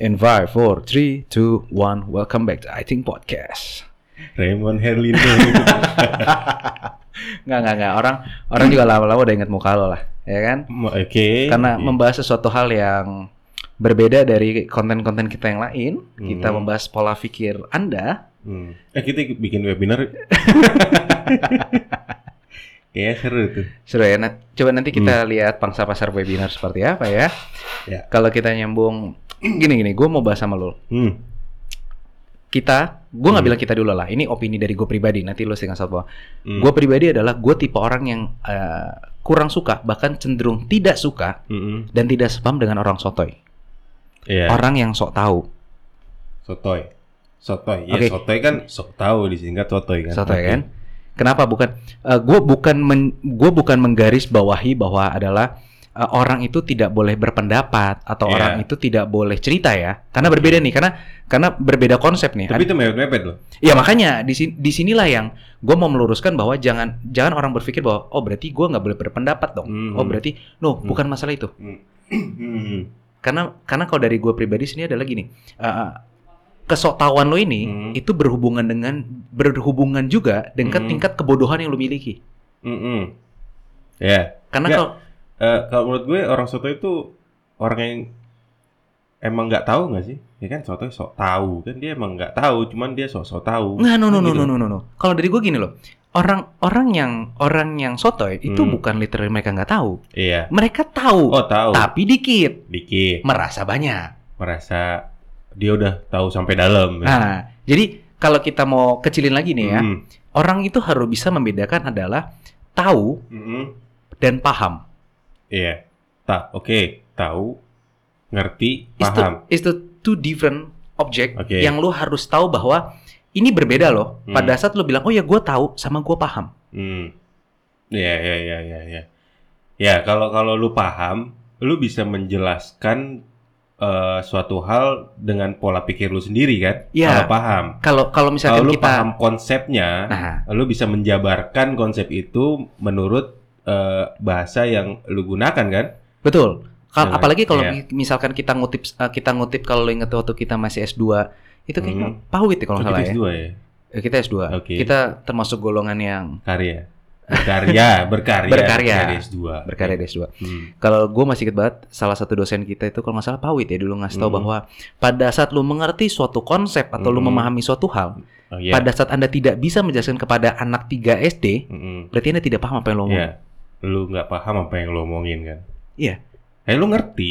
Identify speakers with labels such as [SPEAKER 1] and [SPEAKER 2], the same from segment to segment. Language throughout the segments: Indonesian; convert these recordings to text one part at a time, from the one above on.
[SPEAKER 1] In 5, 4, 3, 2, 1 Welcome back to I Think Podcast
[SPEAKER 2] Raymond Herlino. gitu.
[SPEAKER 1] Nggak, nggak, nggak Orang, orang juga lama-lama udah inget muka lo lah Ya kan?
[SPEAKER 2] Oke.
[SPEAKER 1] Karena
[SPEAKER 2] Iya.
[SPEAKER 1] membahas sesuatu hal yang berbeda dari konten-konten kita yang lain Kita
[SPEAKER 2] Hmm.
[SPEAKER 1] membahas pola pikir Anda
[SPEAKER 2] Hmm. Eh kita bikin webinar. Kayaknya seru tuh.
[SPEAKER 1] Seru ya, Nat? coba nanti kita lihat pangsa pasar webinar seperti apa ya
[SPEAKER 2] Mm. Ya.
[SPEAKER 1] Kalau kita nyambung Gini-gini, gue mau bahas sama lo
[SPEAKER 2] Hmm.
[SPEAKER 1] Kita, gue nggak
[SPEAKER 2] Hmm.
[SPEAKER 1] bilang kita dulu lah Ini opini dari gue pribadi, nanti lo setengah satu
[SPEAKER 2] Hmm.
[SPEAKER 1] Gue pribadi adalah gue tipe orang yang eh, kurang suka bahkan cenderung tidak suka
[SPEAKER 2] Mm-mm.
[SPEAKER 1] dan tidak sepam dengan orang sotoy.
[SPEAKER 2] Hmm, Iya.
[SPEAKER 1] Orang yang sok tahu.
[SPEAKER 2] Sotoy. Sotoy. Ya
[SPEAKER 1] Oke.
[SPEAKER 2] sotoy kan sok tahu disingkat sotoy kan.
[SPEAKER 1] Sotoy
[SPEAKER 2] Oke.
[SPEAKER 1] kan? Kenapa bukan? gue bukan men, gua bukan menggaris bawahi bahwa adalah eh, orang itu tidak boleh berpendapat atau
[SPEAKER 2] Iya.
[SPEAKER 1] orang itu tidak boleh cerita ya. Karena berbeda nih, karena karena berbeda konsep nih.
[SPEAKER 2] Tapi itu mepet-mepet loh.
[SPEAKER 1] Ya makanya di sini disinilah yang gue mau meluruskan bahwa jangan jangan orang berpikir bahwa oh berarti gue nggak boleh berpendapat dong.
[SPEAKER 2] Hmm.
[SPEAKER 1] Oh berarti no
[SPEAKER 2] Hmm.
[SPEAKER 1] bukan masalah itu.
[SPEAKER 2] Hmm.
[SPEAKER 1] karena karena kalau dari gue pribadi sini adalah gini eh kesoktawan lo ini
[SPEAKER 2] Hmm.
[SPEAKER 1] itu berhubungan dengan berhubungan juga dengan
[SPEAKER 2] Hmm.
[SPEAKER 1] tingkat kebodohan yang lo miliki
[SPEAKER 2] Mm-mm. Ya.
[SPEAKER 1] karena
[SPEAKER 2] Nggak.
[SPEAKER 1] kalau
[SPEAKER 2] Hmm, Eh, kalau menurut gue orang sotoy itu orang yang emang nggak tahu nggak sih? Ya kan sotoy sok tahu kan dia emang nggak tahu, cuman dia sok-sok tahu.
[SPEAKER 1] nggak Nah, no no
[SPEAKER 2] Kan
[SPEAKER 1] no
[SPEAKER 2] gitu.
[SPEAKER 1] no no no, no. kalau dari gue gini loh orang orang yang orang yang sotoy itu
[SPEAKER 2] Hmm.
[SPEAKER 1] bukan literally mereka nggak tahu
[SPEAKER 2] Iya.
[SPEAKER 1] mereka tahu
[SPEAKER 2] Oh tahu.
[SPEAKER 1] tapi dikit
[SPEAKER 2] Dikit.
[SPEAKER 1] merasa banyak
[SPEAKER 2] merasa dia udah tahu sampai dalam. ya.
[SPEAKER 1] nah jadi kalau kita mau kecilin lagi nih ya
[SPEAKER 2] Mm.
[SPEAKER 1] orang itu harus bisa membedakan adalah tahu
[SPEAKER 2] Mm-mm.
[SPEAKER 1] dan paham
[SPEAKER 2] Iya. Ta- oke, tahu, ngerti,
[SPEAKER 1] It's the-
[SPEAKER 2] paham.
[SPEAKER 1] It's the two different object
[SPEAKER 2] Oke.
[SPEAKER 1] yang lu harus tahu bahwa ini berbeda loh.
[SPEAKER 2] Hmm.
[SPEAKER 1] Pada saat lu bilang, oh ya gue tahu sama gue paham.
[SPEAKER 2] Hmm. Iya, iya, iya, iya, iya. Ya, kalau kalau lu paham, lu bisa menjelaskan eh, suatu hal dengan pola pikir lu sendiri kan?
[SPEAKER 1] Iya.
[SPEAKER 2] Kalau paham.
[SPEAKER 1] Kalau kalau
[SPEAKER 2] Kalau
[SPEAKER 1] misalkan
[SPEAKER 2] lu
[SPEAKER 1] kita,
[SPEAKER 2] paham konsepnya,
[SPEAKER 1] nah
[SPEAKER 2] lu bisa menjabarkan konsep itu menurut eh, bahasa yang lu gunakan kan?
[SPEAKER 1] betul. Kal-
[SPEAKER 2] Iya,
[SPEAKER 1] apalagi kalau
[SPEAKER 2] iya.
[SPEAKER 1] mi- misalkan kita ngutip eh, kita ngutip kalau lu inget waktu kita masih S2 itu kayaknya pawit ya kalau
[SPEAKER 2] Hmm. Itu
[SPEAKER 1] nggak salah ya.
[SPEAKER 2] S2 ya.
[SPEAKER 1] Eh, Kita S2.
[SPEAKER 2] Oke.
[SPEAKER 1] Kita termasuk golongan yang
[SPEAKER 2] karya berkarya berkarya
[SPEAKER 1] Berkarya.
[SPEAKER 2] berkarya S2
[SPEAKER 1] berkarya di S2.
[SPEAKER 2] Hmm.
[SPEAKER 1] Kalau gue masih inget banget salah satu dosen kita itu kalau nggak salah pawit ya dulu ngasih tahu
[SPEAKER 2] Hmm.
[SPEAKER 1] bahwa pada saat lu mengerti suatu konsep atau lu
[SPEAKER 2] Hmm.
[SPEAKER 1] memahami suatu hal
[SPEAKER 2] oh iya
[SPEAKER 1] pada saat Anda tidak bisa menjelaskan kepada anak 3 SD,
[SPEAKER 2] Mm-mm.
[SPEAKER 1] berarti Anda tidak paham apa yang lo omongin.
[SPEAKER 2] Iya. lu nggak paham apa yang lo omongin kan
[SPEAKER 1] Iya.
[SPEAKER 2] eh lu ngerti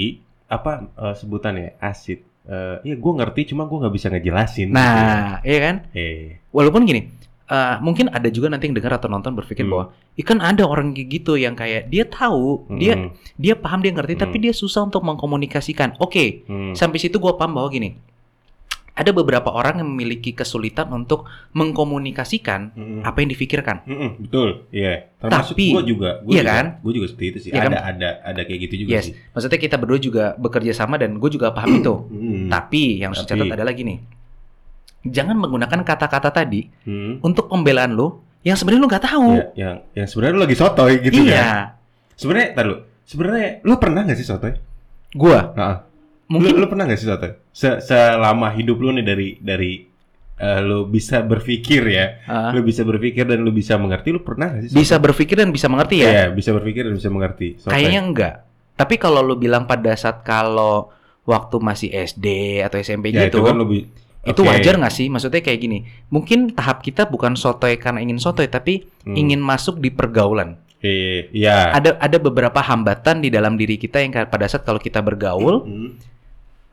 [SPEAKER 2] apa eh, sebutannya asid Eh, iya gue ngerti cuma gue nggak bisa ngejelasin
[SPEAKER 1] Nah, iya kan?
[SPEAKER 2] eh
[SPEAKER 1] Walaupun gini, eh, mungkin ada juga nanti yang dengar atau nonton berpikir
[SPEAKER 2] Hmm.
[SPEAKER 1] bahwa ikan ada orang kayak gitu yang kayak dia tahu, dia
[SPEAKER 2] Eh, mm-mm,
[SPEAKER 1] dia paham, dia ngerti,
[SPEAKER 2] Hmm.
[SPEAKER 1] tapi dia susah untuk mengkomunikasikan. Oke,
[SPEAKER 2] mm.
[SPEAKER 1] sampai situ gua paham bahwa gini. Ada beberapa orang yang memiliki kesulitan untuk mengkomunikasikan
[SPEAKER 2] Mm-mm.
[SPEAKER 1] apa yang difikirkan.
[SPEAKER 2] Mm-mm, betul iya termasuk
[SPEAKER 1] Tapi-
[SPEAKER 2] gue juga gue
[SPEAKER 1] iya
[SPEAKER 2] juga,
[SPEAKER 1] kan?
[SPEAKER 2] gue juga seperti itu sih
[SPEAKER 1] Iya
[SPEAKER 2] ada
[SPEAKER 1] kan?
[SPEAKER 2] ada ada kayak gitu juga
[SPEAKER 1] Yes.
[SPEAKER 2] sih
[SPEAKER 1] Maksudnya kita berdua juga bekerja sama dan gue juga paham itu.
[SPEAKER 2] Mm-mm.
[SPEAKER 1] Tapi yang harus
[SPEAKER 2] Tapi-
[SPEAKER 1] dicatat adalah gini. Jangan menggunakan kata-kata tadi
[SPEAKER 2] Mm.
[SPEAKER 1] untuk pembelaan lo yang sebenarnya lo nggak tahu.
[SPEAKER 2] Ya, yang yang sebenarnya lu lagi sotoy gitu
[SPEAKER 1] iya,
[SPEAKER 2] kan sebenarnya tar lu sebenarnya lu pernah nggak sih sotoy
[SPEAKER 1] gua
[SPEAKER 2] Nah,
[SPEAKER 1] mungkin
[SPEAKER 2] lu, lu pernah gak sih Soto? Se- selama hidup lu nih dari dari eh, lu bisa berpikir ya,
[SPEAKER 1] uh,
[SPEAKER 2] lu bisa berpikir dan lu bisa mengerti, lu pernah gak sih? Soto?
[SPEAKER 1] bisa berpikir dan bisa mengerti ya.
[SPEAKER 2] Iya, bisa berpikir dan bisa mengerti. Soto.
[SPEAKER 1] Kayaknya enggak. Tapi kalau lo bilang pada saat kalau waktu masih SD atau SMP
[SPEAKER 2] ya,
[SPEAKER 1] gitu,
[SPEAKER 2] itu
[SPEAKER 1] itu,
[SPEAKER 2] kan lebih
[SPEAKER 1] wajar nggak sih? Maksudnya kayak gini. Mungkin tahap kita bukan sotoy karena ingin sotoy, tapi ingin masuk di pergaulan.
[SPEAKER 2] Hmm, Iya.
[SPEAKER 1] Ada ada beberapa hambatan di dalam diri kita yang ka- pada saat kalau kita bergaul,
[SPEAKER 2] Hmm.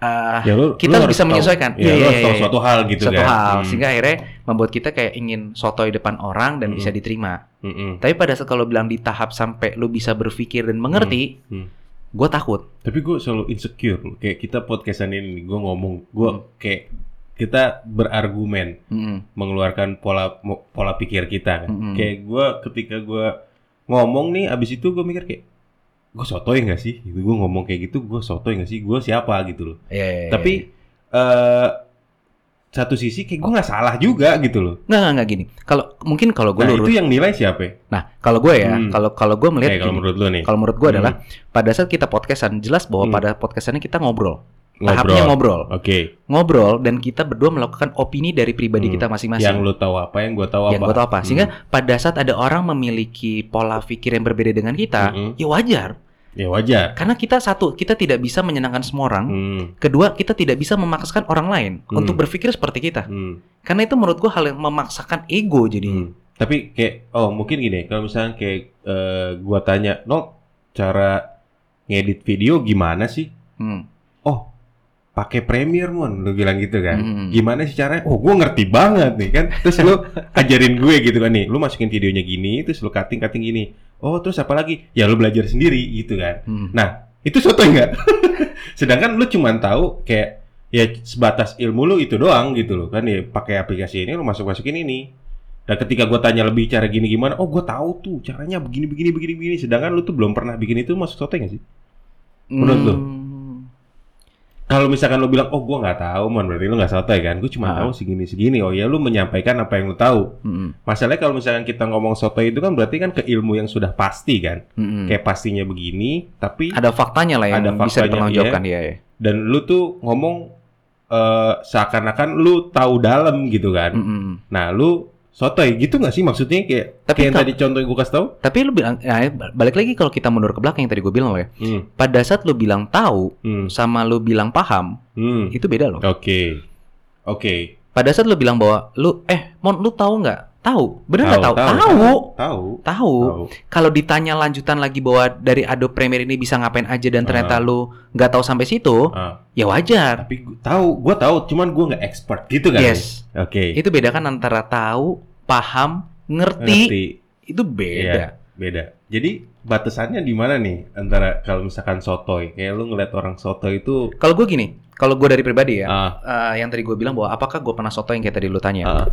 [SPEAKER 1] eh,
[SPEAKER 2] Ya, lu-
[SPEAKER 1] kita
[SPEAKER 2] lu harus
[SPEAKER 1] bisa
[SPEAKER 2] tahu.
[SPEAKER 1] menyesuaikan.
[SPEAKER 2] Iya,
[SPEAKER 1] Iya,
[SPEAKER 2] lu
[SPEAKER 1] iya,
[SPEAKER 2] harus tahu
[SPEAKER 1] iya.
[SPEAKER 2] suatu hal gitu
[SPEAKER 1] suatu
[SPEAKER 2] kan.
[SPEAKER 1] hal
[SPEAKER 2] Hmm.
[SPEAKER 1] sehingga akhirnya membuat kita kayak ingin sotoy depan orang dan
[SPEAKER 2] Hmm.
[SPEAKER 1] bisa diterima
[SPEAKER 2] Mm-mm.
[SPEAKER 1] tapi pada saat kalau bilang di tahap sampai lu bisa berpikir dan mengerti
[SPEAKER 2] Hmm.
[SPEAKER 1] gue takut
[SPEAKER 2] Tapi gue selalu insecure. loh. Kayak kita podcastan ini, gue ngomong, gue
[SPEAKER 1] Hmm.
[SPEAKER 2] kayak kita berargumen.
[SPEAKER 1] Mm-mm.
[SPEAKER 2] mengeluarkan pola mo- pola pikir kita kan.
[SPEAKER 1] Mm-mm.
[SPEAKER 2] Kayak gue ketika gue ngomong nih, abis itu gue mikir kayak gue sotoy nggak sih? Gitu. Gue ngomong kayak gitu, gue sotoy nggak sih? Gue siapa gitu loh.
[SPEAKER 1] Iya, iya, iya.
[SPEAKER 2] Tapi eh satu sisi kayak gue nggak salah juga gitu loh.
[SPEAKER 1] nggak nggak nggak gini kalau mungkin kalau gue
[SPEAKER 2] Nah
[SPEAKER 1] lurus
[SPEAKER 2] itu yang nilai siapa? ya?
[SPEAKER 1] nah kalau gue ya
[SPEAKER 2] Hmm.
[SPEAKER 1] kalau kalau gue melihat
[SPEAKER 2] Kayak kalau
[SPEAKER 1] gini,
[SPEAKER 2] menurut lo nih.
[SPEAKER 1] kalau menurut gue
[SPEAKER 2] Hmm.
[SPEAKER 1] adalah pada saat kita podcastan jelas bahwa
[SPEAKER 2] Hmm.
[SPEAKER 1] pada podcastannya kita ngobrol Tahapnya ngobrol.
[SPEAKER 2] Oke.
[SPEAKER 1] Ngobrol dan kita berdua melakukan opini dari pribadi
[SPEAKER 2] Hmm.
[SPEAKER 1] kita masing-masing.
[SPEAKER 2] Yang lu tahu apa, yang gua tahu apa.
[SPEAKER 1] yang gue tahu apa.
[SPEAKER 2] Hmm.
[SPEAKER 1] Sehingga pada saat ada orang memiliki pola pikir yang berbeda dengan kita,
[SPEAKER 2] Mm-mm.
[SPEAKER 1] ya wajar.
[SPEAKER 2] Ya wajar.
[SPEAKER 1] Karena kita satu, kita tidak bisa menyenangkan semua orang.
[SPEAKER 2] Hmm.
[SPEAKER 1] Kedua, kita tidak bisa memaksakan orang lain
[SPEAKER 2] Hmm.
[SPEAKER 1] untuk berpikir seperti kita.
[SPEAKER 2] Hmm.
[SPEAKER 1] Karena itu menurut gue hal yang memaksakan ego jadinya.
[SPEAKER 2] Hmm. Tapi kayak oh mungkin gini, kalau misalnya kayak eh, gua tanya, "No, cara ngedit video gimana sih?"
[SPEAKER 1] Hmm.
[SPEAKER 2] Oh, pakai Premiere Mon, lu bilang gitu kan.
[SPEAKER 1] Hmm.
[SPEAKER 2] Gimana sih caranya? Oh, gua ngerti banget nih kan. Terus lu ajarin gue gitu kan nih. Lu masukin videonya gini, terus lu cutting-cutting gini. Oh, terus apa lagi? Ya lu belajar sendiri gitu kan.
[SPEAKER 1] Hmm.
[SPEAKER 2] Itu soto enggak? Sedangkan lu cuman tahu kayak ya sebatas ilmu lu itu doang gitu loh kan ya pakai aplikasi ini lu masuk-masukin ini. Dan ketika gua tanya lebih cara gini gimana, oh gua tahu tuh caranya begini begini begini begini. Sedangkan lu tuh belum pernah bikin itu masuk soto enggak sih? menurut lu?
[SPEAKER 1] Hmm.
[SPEAKER 2] Kalau misalkan lu bilang, oh gua nggak tahu, man berarti lu nggak sotoy kan? Gua cuma
[SPEAKER 1] Ah.
[SPEAKER 2] tahu segini segini. Oh ya lu menyampaikan apa yang lu tahu.
[SPEAKER 1] Hmm.
[SPEAKER 2] Masalahnya kalau misalkan kita ngomong sotoy itu kan berarti kan ke ilmu yang sudah pasti kan,
[SPEAKER 1] Hmm.
[SPEAKER 2] kayak pastinya begini. Tapi
[SPEAKER 1] Ada faktanya lah yang
[SPEAKER 2] Ada
[SPEAKER 1] bisa
[SPEAKER 2] faktanya, iya.
[SPEAKER 1] dipertanggungjawabkan dia ya.
[SPEAKER 2] dan lu tuh ngomong eh, seakan-akan lu tahu dalam gitu kan.
[SPEAKER 1] Hmm.
[SPEAKER 2] Nah, lu sotoy gitu nggak sih maksudnya kayak
[SPEAKER 1] Tapi
[SPEAKER 2] kayak yang
[SPEAKER 1] kalau-
[SPEAKER 2] tadi contoh yang gue kasih tahu?
[SPEAKER 1] Tapi lu bilang, nah, balik lagi kalau kita mundur ke belakang yang tadi gue bilang loh ya.
[SPEAKER 2] Hmm.
[SPEAKER 1] Pada saat lu bilang tahu
[SPEAKER 2] Hmm.
[SPEAKER 1] sama lu bilang paham,
[SPEAKER 2] hmm.
[SPEAKER 1] itu beda loh.
[SPEAKER 2] Oke. Oke.
[SPEAKER 1] Pada saat lu bilang bahwa lu eh mon lu tahu nggak? Tahu. Bener nggak tahu? Tahu.
[SPEAKER 2] Tahu.
[SPEAKER 1] Tahu.
[SPEAKER 2] Tahu.
[SPEAKER 1] Kalau ditanya lanjutan lagi bahwa dari Adobe Premiere ini bisa ngapain aja dan ternyata
[SPEAKER 2] Ah.
[SPEAKER 1] lu nggak tahu sampai situ,
[SPEAKER 2] Ah.
[SPEAKER 1] ya wajar.
[SPEAKER 2] Tapi gua tahu, gua tahu, cuman gua nggak expert gitu kan.
[SPEAKER 1] Yes.
[SPEAKER 2] Oke.
[SPEAKER 1] Itu beda kan antara tahu, paham, ngerti,
[SPEAKER 2] Ngerti. Iya.
[SPEAKER 1] itu beda.
[SPEAKER 2] Beda. Jadi batasannya di mana nih antara kalau misalkan sotoy, kayak lu ngeliat orang sotoy itu
[SPEAKER 1] Kalau gue gini, kalau gue dari pribadi ya,
[SPEAKER 2] ah,
[SPEAKER 1] eh, yang tadi gue bilang bahwa apakah gue pernah soto yang kayak tadi lu tanya?
[SPEAKER 2] ah,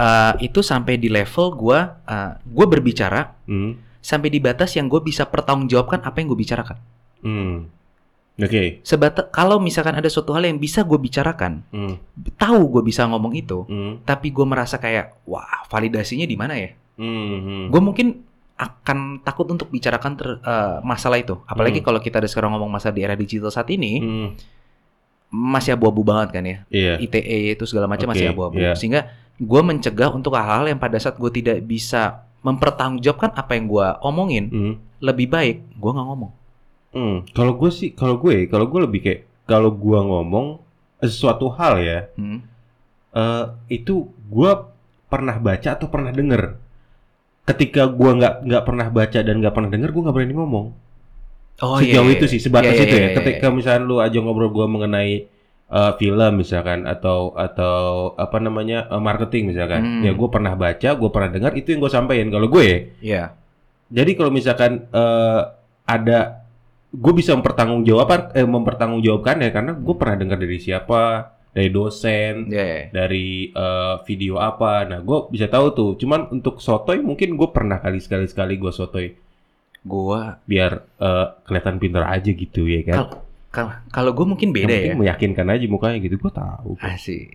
[SPEAKER 1] Eh, itu sampai di level gue, eh, gue berbicara
[SPEAKER 2] hmm,
[SPEAKER 1] sampai di batas yang gue bisa pertanggungjawabkan apa yang gue bicarakan.
[SPEAKER 2] hmm. Oke.
[SPEAKER 1] Sebata kalau misalkan ada suatu hal yang bisa gue bicarakan,
[SPEAKER 2] Hmm,
[SPEAKER 1] tahu gue bisa ngomong itu,
[SPEAKER 2] hmm,
[SPEAKER 1] tapi gue merasa kayak wah validasinya di mana ya?
[SPEAKER 2] hmm, hmm.
[SPEAKER 1] Gue mungkin akan takut untuk bicarakan ter- eh, masalah itu. Apalagi
[SPEAKER 2] Hmm.
[SPEAKER 1] kalau kita ada sekarang ngomong masalah di era digital saat ini
[SPEAKER 2] Hmm,
[SPEAKER 1] masih abu-abu banget kan ya.
[SPEAKER 2] Iya.
[SPEAKER 1] ITE itu segala macam
[SPEAKER 2] Oke,
[SPEAKER 1] masih abu-abu.
[SPEAKER 2] iya.
[SPEAKER 1] Sehingga gue mencegah untuk hal-hal yang pada saat gue tidak bisa mempertanggungjawabkan apa yang gue omongin,
[SPEAKER 2] Hmm.
[SPEAKER 1] lebih baik gue nggak ngomong.
[SPEAKER 2] Hmm, kalau gue sih, kalau gue, kalau gue lebih kayak kalau gue ngomong sesuatu hal ya,
[SPEAKER 1] Hmm.
[SPEAKER 2] eh itu gue pernah baca atau pernah denger. Ketika gue nggak nggak pernah baca dan nggak pernah denger, gue nggak berani ngomong.
[SPEAKER 1] Oh
[SPEAKER 2] Sejauh itu sih, sebatas
[SPEAKER 1] Iya, iya,
[SPEAKER 2] itu
[SPEAKER 1] iya,
[SPEAKER 2] ya.
[SPEAKER 1] iya,
[SPEAKER 2] Ketika misalnya lu aja ngobrol gue mengenai eh, film misalkan atau atau apa namanya eh, marketing misalkan,
[SPEAKER 1] Hmm.
[SPEAKER 2] ya gue pernah baca, gue pernah dengar, itu yang gue sampaikan. Kalau gue ya,
[SPEAKER 1] Iya.
[SPEAKER 2] Jadi kalau misalkan eh, ada gue bisa mempertanggungjawaban eh, mempertanggungjawabkan ya karena gue pernah dengar dari siapa, dari dosen,
[SPEAKER 1] Iya, iya.
[SPEAKER 2] dari eh, video apa. Nah, gue bisa tahu tuh. Cuman untuk sotoy mungkin gue pernah kali sekali sekali gue sotoy
[SPEAKER 1] Gua
[SPEAKER 2] biar eh, kelihatan pinter aja gitu ya kan.
[SPEAKER 1] Kalau- kal- kalau gue mungkin
[SPEAKER 2] Yang
[SPEAKER 1] beda ya. Ah.
[SPEAKER 2] penting meyakinkan aja mukanya gitu. Gue tahu. kok.
[SPEAKER 1] Asik.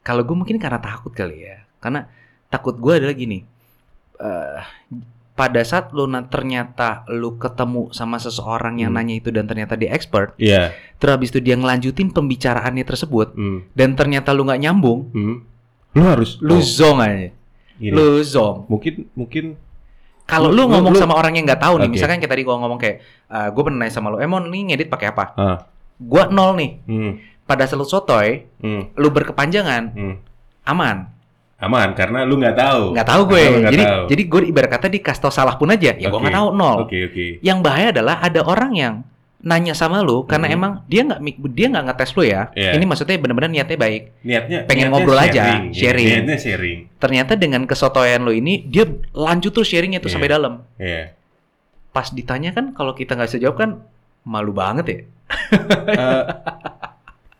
[SPEAKER 1] Kalau gue mungkin karena takut kali ya. Karena takut gue adalah gini. eh pada saat lu na- ternyata lu ketemu sama seseorang yang
[SPEAKER 2] Hmm.
[SPEAKER 1] nanya itu dan ternyata dia expert,
[SPEAKER 2] Iya.
[SPEAKER 1] terus habis itu dia ngelanjutin pembicaraannya tersebut
[SPEAKER 2] Hmm.
[SPEAKER 1] dan ternyata lu nggak nyambung,
[SPEAKER 2] hmm. Lu harus
[SPEAKER 1] lu
[SPEAKER 2] oh,
[SPEAKER 1] zong aja.
[SPEAKER 2] gini.
[SPEAKER 1] Lu zong.
[SPEAKER 2] Mungkin mungkin
[SPEAKER 1] Kalau lu
[SPEAKER 2] Lu-
[SPEAKER 1] ngomong
[SPEAKER 2] lu-
[SPEAKER 1] sama orang yang nggak tahu nih,
[SPEAKER 2] Oke.
[SPEAKER 1] misalkan kayak tadi gua ngomong kayak eh gue pernah nanya sama lu, "Emon, nih ngedit pakai apa?"
[SPEAKER 2] Ah.
[SPEAKER 1] Gua nol nih.
[SPEAKER 2] hmm,
[SPEAKER 1] Pada saat lu sotoy,
[SPEAKER 2] hmm,
[SPEAKER 1] lu berkepanjangan,
[SPEAKER 2] hmm.
[SPEAKER 1] aman.
[SPEAKER 2] aman karena lu nggak tahu.
[SPEAKER 1] Nggak tahu gue.
[SPEAKER 2] Karena lu nggak
[SPEAKER 1] jadi
[SPEAKER 2] tahu.
[SPEAKER 1] jadi gue ibarat kata dikasih tau salah pun aja, ya gua gue
[SPEAKER 2] Oke.
[SPEAKER 1] nggak tahu nol.
[SPEAKER 2] Oke oke.
[SPEAKER 1] Yang bahaya adalah ada orang yang nanya sama lu karena
[SPEAKER 2] Mhm.
[SPEAKER 1] emang dia nggak mik- dia nggak ngetes lu ya.
[SPEAKER 2] Iya.
[SPEAKER 1] Ini maksudnya benar-benar niatnya baik.
[SPEAKER 2] niatnya
[SPEAKER 1] Pengen
[SPEAKER 2] niatnya
[SPEAKER 1] ngobrol aja,
[SPEAKER 2] ya.
[SPEAKER 1] sharing.
[SPEAKER 2] niatnya sharing
[SPEAKER 1] ternyata dengan kesotoyan lo ini dia lanjut tuh sharingnya tuh
[SPEAKER 2] Iya.
[SPEAKER 1] sampai dalam
[SPEAKER 2] Iya.
[SPEAKER 1] pas ditanya kan kalau kita nggak bisa jawab kan malu banget ya
[SPEAKER 2] Eh,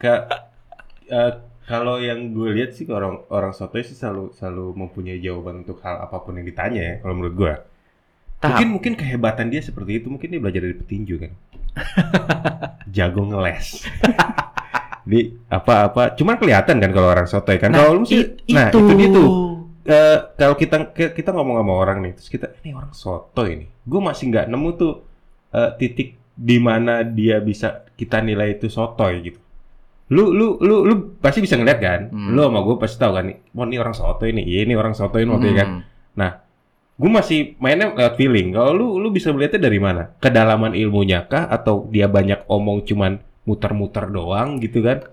[SPEAKER 2] ka- eh, kalau yang gue lihat sih orang orang sotoy sih selalu selalu mempunyai jawaban untuk hal apapun yang ditanya ya kalau menurut gue
[SPEAKER 1] tahap
[SPEAKER 2] mungkin mungkin kehebatan dia seperti itu mungkin dia belajar dari petinju kan jago ngeles di apa-apa cuman kelihatan kan kalau orang sotoy kan kalau lu sih
[SPEAKER 1] i-
[SPEAKER 2] nah itu dia tuh Eh, kalau kita ke- kita ngomong sama orang nih, terus kita ini orang soto ini. Gue masih nggak nemu tuh eh, titik di mana dia bisa kita nilai itu sotoy gitu. lu lu lu lu pasti bisa ngeliat kan
[SPEAKER 1] Hmm.
[SPEAKER 2] lu sama gue pasti tahu kan oh ini orang soto ini iya ini orang soto ini waktu itu kan
[SPEAKER 1] Hmm.
[SPEAKER 2] gue masih mainnya lewat feeling kalau lu lu bisa melihatnya dari mana kedalaman ilmunya kah atau dia banyak omong cuman muter-muter doang gitu kan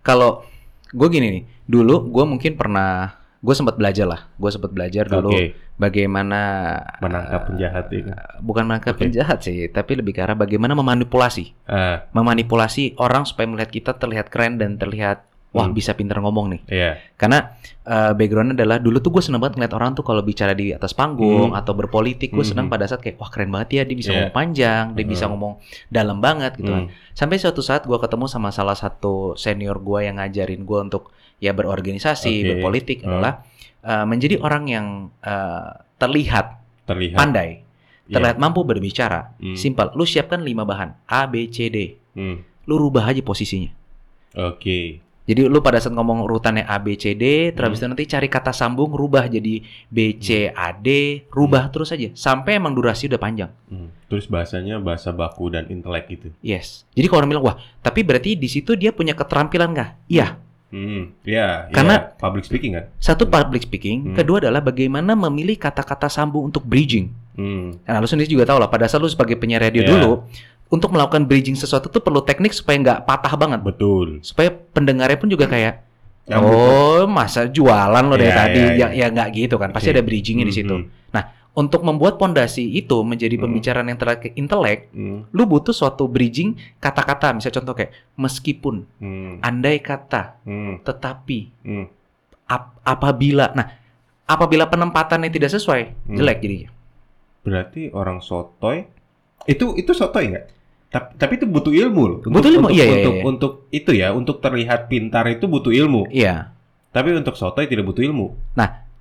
[SPEAKER 1] Kalau gue gini nih, dulu gue mungkin pernah gue sempat belajar lah, gue sempat belajar
[SPEAKER 2] oke
[SPEAKER 1] dulu bagaimana
[SPEAKER 2] menangkap penjahat itu
[SPEAKER 1] bukan menangkap
[SPEAKER 2] Oke.
[SPEAKER 1] penjahat sih, tapi lebih ke arah bagaimana memanipulasi,
[SPEAKER 2] ah
[SPEAKER 1] memanipulasi orang supaya melihat kita terlihat keren dan terlihat wah
[SPEAKER 2] Hmm.
[SPEAKER 1] bisa pinter ngomong nih.
[SPEAKER 2] iya
[SPEAKER 1] Karena eh, backgroundnya adalah dulu tuh gue seneng banget ngeliat orang tuh kalau bicara di atas panggung
[SPEAKER 2] Hmm.
[SPEAKER 1] atau berpolitik gue
[SPEAKER 2] Hmm,
[SPEAKER 1] seneng
[SPEAKER 2] hmm.
[SPEAKER 1] pada saat kayak wah keren banget ya dia bisa
[SPEAKER 2] Iya.
[SPEAKER 1] ngomong panjang, dia bisa
[SPEAKER 2] Hmm.
[SPEAKER 1] ngomong dalam banget gitu. kan.
[SPEAKER 2] Hmm.
[SPEAKER 1] Sampai suatu saat gue ketemu sama salah satu senior gue yang ngajarin gue untuk ya berorganisasi,
[SPEAKER 2] Oke.
[SPEAKER 1] berpolitik
[SPEAKER 2] Hmm.
[SPEAKER 1] adalah eh, menjadi orang yang eh, terlihat
[SPEAKER 2] terlihat
[SPEAKER 1] pandai,
[SPEAKER 2] Iya.
[SPEAKER 1] terlihat mampu berbicara.
[SPEAKER 2] Hmm.
[SPEAKER 1] Simpel, lu siapkan lima bahan A, B, C, D.
[SPEAKER 2] Hmm.
[SPEAKER 1] Lu rubah aja posisinya.
[SPEAKER 2] oke
[SPEAKER 1] Jadi lu pada saat ngomong urutannya A B C D, terus habis itu
[SPEAKER 2] Hmm.
[SPEAKER 1] nanti cari kata sambung rubah jadi B C A D, rubah terus aja sampai emang durasi udah panjang.
[SPEAKER 2] Hmm. terus bahasanya bahasa baku dan intelek gitu
[SPEAKER 1] Yes. Jadi kalau orang bilang wah, tapi berarti di situ dia punya keterampilan nggak? Iya.
[SPEAKER 2] Hmm, iya, iya.
[SPEAKER 1] Karena-
[SPEAKER 2] public speaking kan.
[SPEAKER 1] Satu public speaking,
[SPEAKER 2] Hmm.
[SPEAKER 1] kedua adalah bagaimana memilih kata-kata sambung untuk bridging.
[SPEAKER 2] Hmm,
[SPEAKER 1] Nah, lu sendiri juga tahu lah pada saat lu sebagai penyiar radio
[SPEAKER 2] Iya.
[SPEAKER 1] dulu untuk melakukan bridging sesuatu tuh perlu teknik supaya nggak patah banget.
[SPEAKER 2] betul. Ya,
[SPEAKER 1] Supaya pendengarnya pun juga kayak
[SPEAKER 2] Nyambung.
[SPEAKER 1] Oh, masa jualan lo dari
[SPEAKER 2] Iya,
[SPEAKER 1] tadi
[SPEAKER 2] iya,
[SPEAKER 1] ya ya nggak gitu kan. Pasti
[SPEAKER 2] Oke.
[SPEAKER 1] ada bridgingnya di
[SPEAKER 2] Hmm,
[SPEAKER 1] situ.
[SPEAKER 2] hmm,
[SPEAKER 1] Untuk membuat pondasi itu menjadi
[SPEAKER 2] Hmm.
[SPEAKER 1] pembicaraan yang terkait intelek,
[SPEAKER 2] hmm,
[SPEAKER 1] lu butuh suatu bridging kata-kata. Misalnya contoh kayak meskipun,
[SPEAKER 2] hmm,
[SPEAKER 1] andai kata,
[SPEAKER 2] hmm,
[SPEAKER 1] tetapi,
[SPEAKER 2] hmm.
[SPEAKER 1] ap- apabila. Nah, apabila penempatannya tidak sesuai,
[SPEAKER 2] Hmm.
[SPEAKER 1] jelek jadinya.
[SPEAKER 2] Berarti orang sotoy itu itu sotoy nggak? Tapi, tapi itu butuh ilmu loh. Untuk-
[SPEAKER 1] Butuh ilmu,
[SPEAKER 2] untuk,
[SPEAKER 1] iya, iya,
[SPEAKER 2] untuk,
[SPEAKER 1] iya.
[SPEAKER 2] untuk itu ya, untuk terlihat pintar itu butuh ilmu.
[SPEAKER 1] Iya.
[SPEAKER 2] Tapi untuk sotoy tidak butuh ilmu.